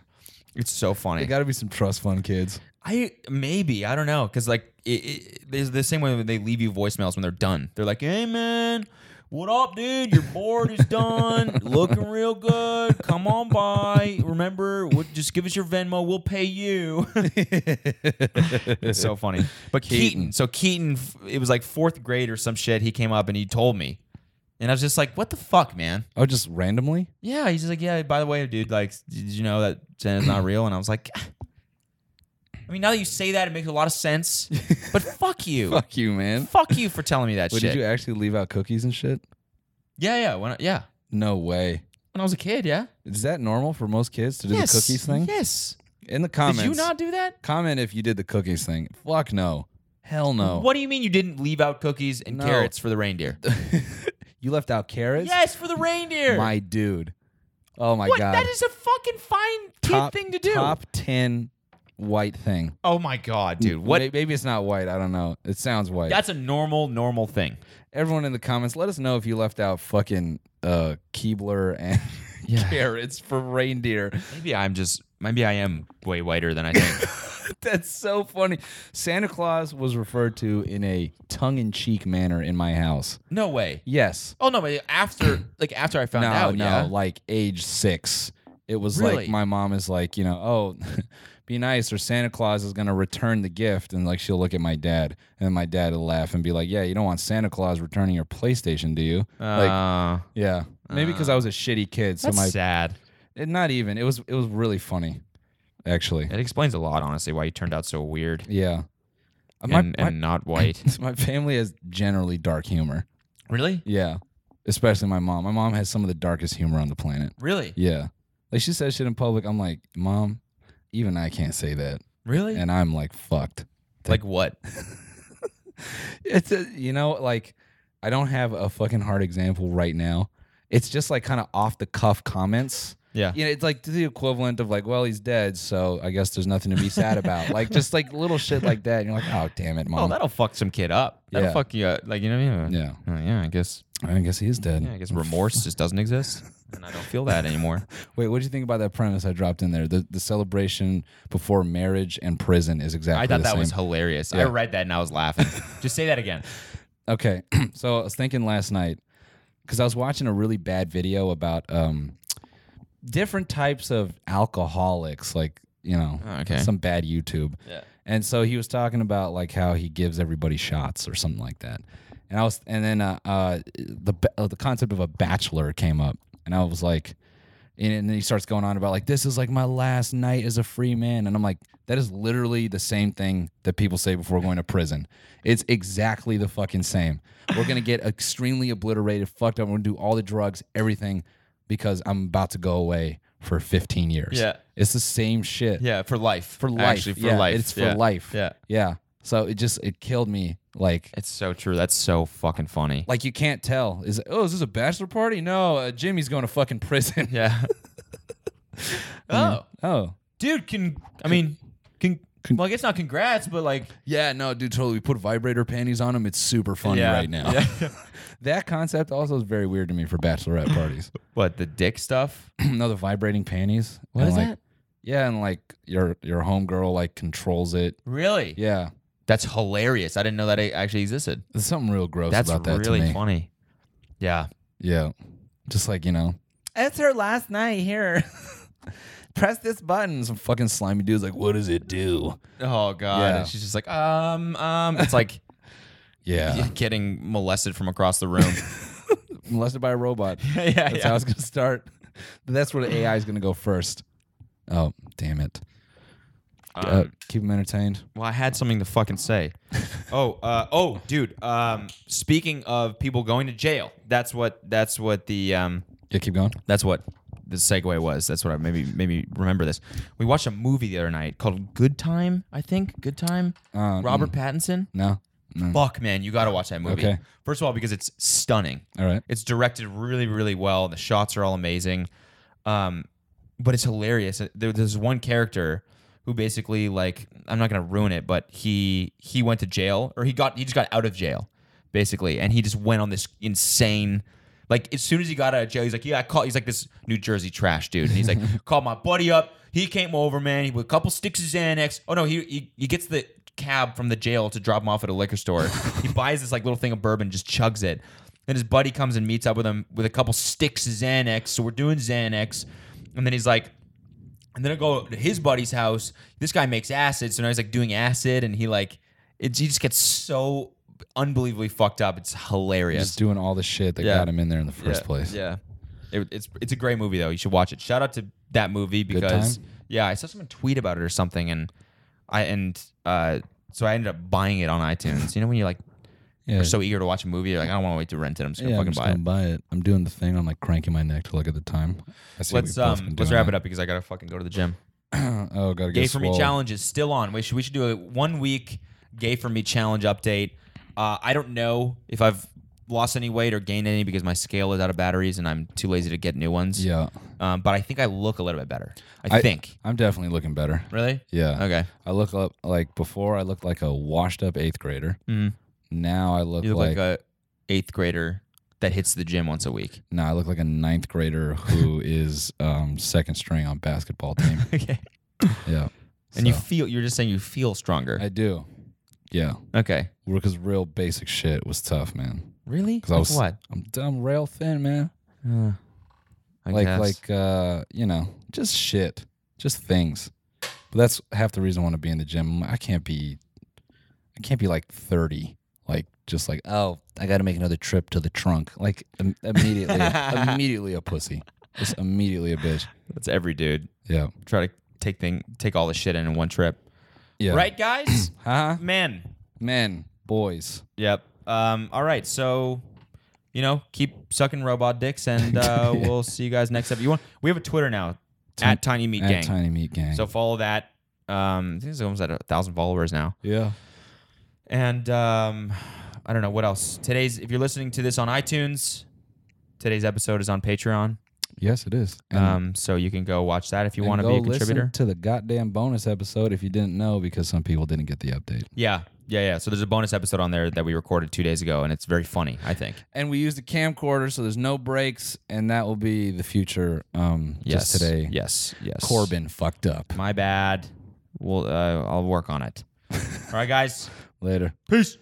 A: It's so funny.
C: there got to be some trust fund kids.
A: I maybe I don't know because like it, it, it's the same way when they leave you voicemails when they're done. They're like, "Hey man, what up, dude? Your board is done, looking real good. Come on by. Remember, we'll, just give us your Venmo. We'll pay you." it's so funny. But Keaton, so Keaton, f- it was like fourth grade or some shit. He came up and he told me, and I was just like, "What the fuck, man?"
C: Oh, just randomly?
A: Yeah, he's just like, yeah. By the way, dude, like, did you know that Santa's not real? And I was like, "Ah." I mean, now that you say that, it makes a lot of sense. But fuck you,
C: Fuck you, man.
A: fuck you for telling me that
C: Wait,
A: shit.
C: did you actually leave out cookies and shit?
A: yeah, yeah, when I, yeah.
C: No way.
A: When I was a kid, yeah.
C: Is that normal for most kids to do
A: yes,
C: the cookies thing?
A: Yes.
C: In the comments.
A: Did you not do that?
C: comment if you did the cookies thing? Fuck no. Hell no.
A: What do you mean you didn't leave out cookies and
C: No.
A: carrots for the reindeer?
C: You left out carrots?
A: yes, for the reindeer.
C: My dude. Oh my
A: what?
C: god.
A: That is a fucking fine kid
C: top,
A: thing to do.
C: Top 10 white thing.
A: Oh my god, dude. What?
C: May- Maybe it's not white. I don't know. It sounds white.
A: That's a normal, normal thing.
C: Everyone in the comments, let us know if you left out fucking uh Keebler and carrots for reindeer.
A: Maybe I'm just. Maybe I am way whiter than I think.
C: That's so funny. Santa Claus was referred to in a tongue-in-cheek manner in my house.
A: no way.
C: Yes.
A: Oh no, but after like after I found
C: no,
A: out,
C: no,
A: yeah.
C: like age six. It was
A: Really?
C: like my mom is like, you know, oh, be nice, or Santa Claus is gonna return the gift, and like she'll look at my dad, and then my dad will laugh and be like, yeah, you don't want Santa Claus returning your PlayStation, do you? like,
A: Uh,
C: yeah, maybe because I was a shitty kid, so
A: that's
C: my
A: sad.
C: it, not even it was it was really funny, actually.
A: It explains a lot, honestly, why you turned out so weird
C: Yeah, Uh, my
A: and, and not white.
C: my, my family has generally dark humor.
A: really?
C: Yeah, especially my mom. My mom has some of the darkest humor on the planet.
A: Really?
C: Yeah. Like she says shit in public. I'm like, Mom, even I can't say that.
A: Really?
C: And I'm like, fucked.
A: like what?
C: It's, a, you know, like, I don't have a fucking hard example right now. It's just like kind of off the cuff comments.
A: Yeah.
C: You know, it's like the equivalent of like, well, he's dead, so I guess there's nothing to be sad about. like, just like little shit like that. And you're like, oh, damn it,
A: Oh,
C: mom.
A: that'll fuck some kid up. That'll
C: Yeah.
A: fuck you up. Like, you know what I mean?
C: yeah.
A: Oh, yeah, I guess.
C: I guess he is dead.
A: Yeah, I guess remorse just doesn't exist, and I don't feel that anymore.
C: Wait, what do you think about that premise I dropped in there? The, the celebration before marriage and prison is exactly
A: I thought
C: the
A: that
C: same.
A: was hilarious. I
C: Yeah.
A: read that and I was laughing. just say that again.
C: Okay, so I was thinking last night because I was watching a really bad video about um, different types of alcoholics, like you know,
A: Oh, okay.
C: some bad YouTube.
A: Yeah.
C: And so he was talking about like how he gives everybody shots or something like that. And I was, and then uh, uh, the ba- uh, the concept of a bachelor came up, and I was like, and, and then he starts going on about like this is like my last night as a free man, and I'm like, that is literally the same thing that people say before going to prison. It's exactly the fucking same. We're gonna get extremely obliterated, fucked up. We're gonna do all the drugs, everything, because I'm about to go away for 15 years.
A: Yeah.
C: it's the same shit
A: Yeah, for life.
C: for life.
A: Actually, for
C: yeah,
A: life.
C: It's for
A: Yeah.
C: life.
A: Yeah.
C: Yeah. So it just it killed me. Like
A: It's so true. That's so fucking funny.
C: like you can't tell. Is it, oh is this a bachelor party? No, uh, Jimmy's going to fucking prison.
A: Yeah. oh,
C: oh.
A: dude. Can I mean? Can, well, I guess not. Congrats, but like
C: Yeah, no, dude, totally. We put vibrator panties on him. It's super funny
A: yeah,
C: right now.
A: yeah.
C: that concept also is very weird to me for bachelorette parties.
A: what the dick stuff?
C: no, the vibrating panties.
A: What
C: And,
A: is
C: like,
A: that?
C: Yeah, and like your your homegirl like controls it.
A: Really?
C: Yeah,
A: That's hilarious. I didn't know that it actually existed.
C: there's something real gross
A: That's
C: about that
A: really
C: to me.
A: funny. Yeah.
C: Yeah. Just like, you know. It's her last night here. Press this button. Some fucking slimy dude's like, what does it do?
A: Oh god.
C: Yeah.
A: And she's just like, um, um. It's like
C: Yeah.
A: getting molested from across the room.
C: Molested by a robot.
A: yeah, yeah.
C: That's how it's gonna start. That's where the AI is gonna go first. Oh, damn it. uh,
A: Um,
C: keep him entertained.
A: Well, I had something to fucking say. oh, uh, oh, dude. Um, speaking of people going to jail, that's what that's what the um,
C: Yeah, keep going.
A: that's what the segue was. That's what I maybe maybe remember this. We watched a movie the other night called Good Time. I think Good Time.
C: Um,
A: Robert Pattinson.
C: No. No.
A: Fuck, man, you got to watch that movie.
C: Okay.
A: First of all, because it's stunning.
C: All right.
A: It's directed really, really well. The shots are all amazing. Um, but it's hilarious. Uh, There, there's one character who basically like I'm not gonna ruin it, but he he went to jail or he got he just got out of jail basically, and he just went on this insane. Like as soon as he got out of jail, he's like, "Yeah, I caught." He's like this New Jersey trash dude, and he's like, "Called my buddy up. He came over, man. He put a couple sticks of Xanax. Oh no, he he, he gets the cab from the jail to drop him off at a liquor store. he buys this like little thing of bourbon, just chugs it, then his buddy comes and meets up with him with a couple sticks of Xanax. So we're doing Xanax. And then he's like, and then I go to his buddy's house. This guy makes acid. So now he's like doing acid. And he like, it, he just gets so unbelievably fucked up. It's hilarious.
C: Just doing all the shit that
A: Yeah.
C: got him in there in the first
A: yeah.
C: place.
A: Yeah. It- it's, it's a great movie, though. You should watch it. Shout out to that movie because,
C: Time?
A: yeah, I saw someone tweet about it or something. And I, and, uh, so I ended up buying it on iTunes. You know when you're like
C: Yeah.
A: are so eager to watch a movie, you're like I don't want to wait to rent it. I'm just gonna
C: yeah, I'm
A: fucking
C: just
A: buy it.
C: gonna buy it. I'm doing the thing. I'm like cranking my neck to look at the time. I see
A: Let's um let's wrap it up because I gotta fucking go to the gym.
C: oh, gotta get
A: Gay for me
C: swole.
A: challenge is still on. We should we should do a one week gay for me challenge update. Uh, I don't know if I've lost any weight or gained any because my scale is out of batteries and I'm too lazy to get new ones.
C: Yeah,
A: Um, but I think I look a little bit better. I, think.
C: I'm definitely looking better.
A: Really?
C: Yeah.
A: Okay.
C: I look up like before. I looked like a washed up eighth grader.
A: Mm.
C: Now I look,
A: You look like, a
C: like,
A: eighth grader that hits the gym once a week.
C: no, I look like a ninth grader who is um, second string on basketball team.
A: okay.
C: yeah,
A: And you
C: So,
A: feel you're just saying you feel stronger.
C: I do. Yeah,
A: okay.
C: because real basic shit was tough, man.
A: Really?
C: 'Cause I
A: Like
C: was-
A: what?
C: I'm dumb, rail thin, man.
A: Uh, I
C: like
A: guess.
C: like uh, you know, just shit, just things. But that's half the reason I want to be in the gym. I can't be, I can't be like thirty. Like just like oh, I got to make another trip to the trunk. Like im- immediately, immediately a pussy. Just immediately a bitch.
A: That's every dude.
C: Yeah.
A: Try to take thing take all the shit in in one trip.
C: Yeah.
A: Right, guys?
C: Huh?
A: Men.
C: Men, boys.
A: Yep. Um, all right. So, you know, keep sucking robot dicks, and uh, we'll see you guys next episode. You want? We have a Twitter now at Tiny Meat
C: At
A: Gang.
C: Tiny Meat Gang.
A: so follow that. Um, I think it's almost at a thousand followers now.
C: yeah.
A: And um, I don't know what else. Today's if you're listening to this on iTunes, today's episode is on Patreon.
C: Yes, it is. And-
A: Um, so you can go watch that if you
C: and
A: want to
C: Hmm. go
A: be a
C: listen
A: contributor.
C: to the goddamn bonus episode if you didn't know because some people didn't get the update.
A: Yeah, yeah, yeah. So there's a bonus episode on there that we recorded two days ago, and it's very funny. I think.
C: and we used a camcorder, so there's no breaks, and that will be the future. Um,
A: Yes.
C: just today,
A: Yes. Yes.
C: Corbin fucked up.
A: My bad. We'll. Uh, I'll work on it. All right, guys.
C: Later.
A: Peace.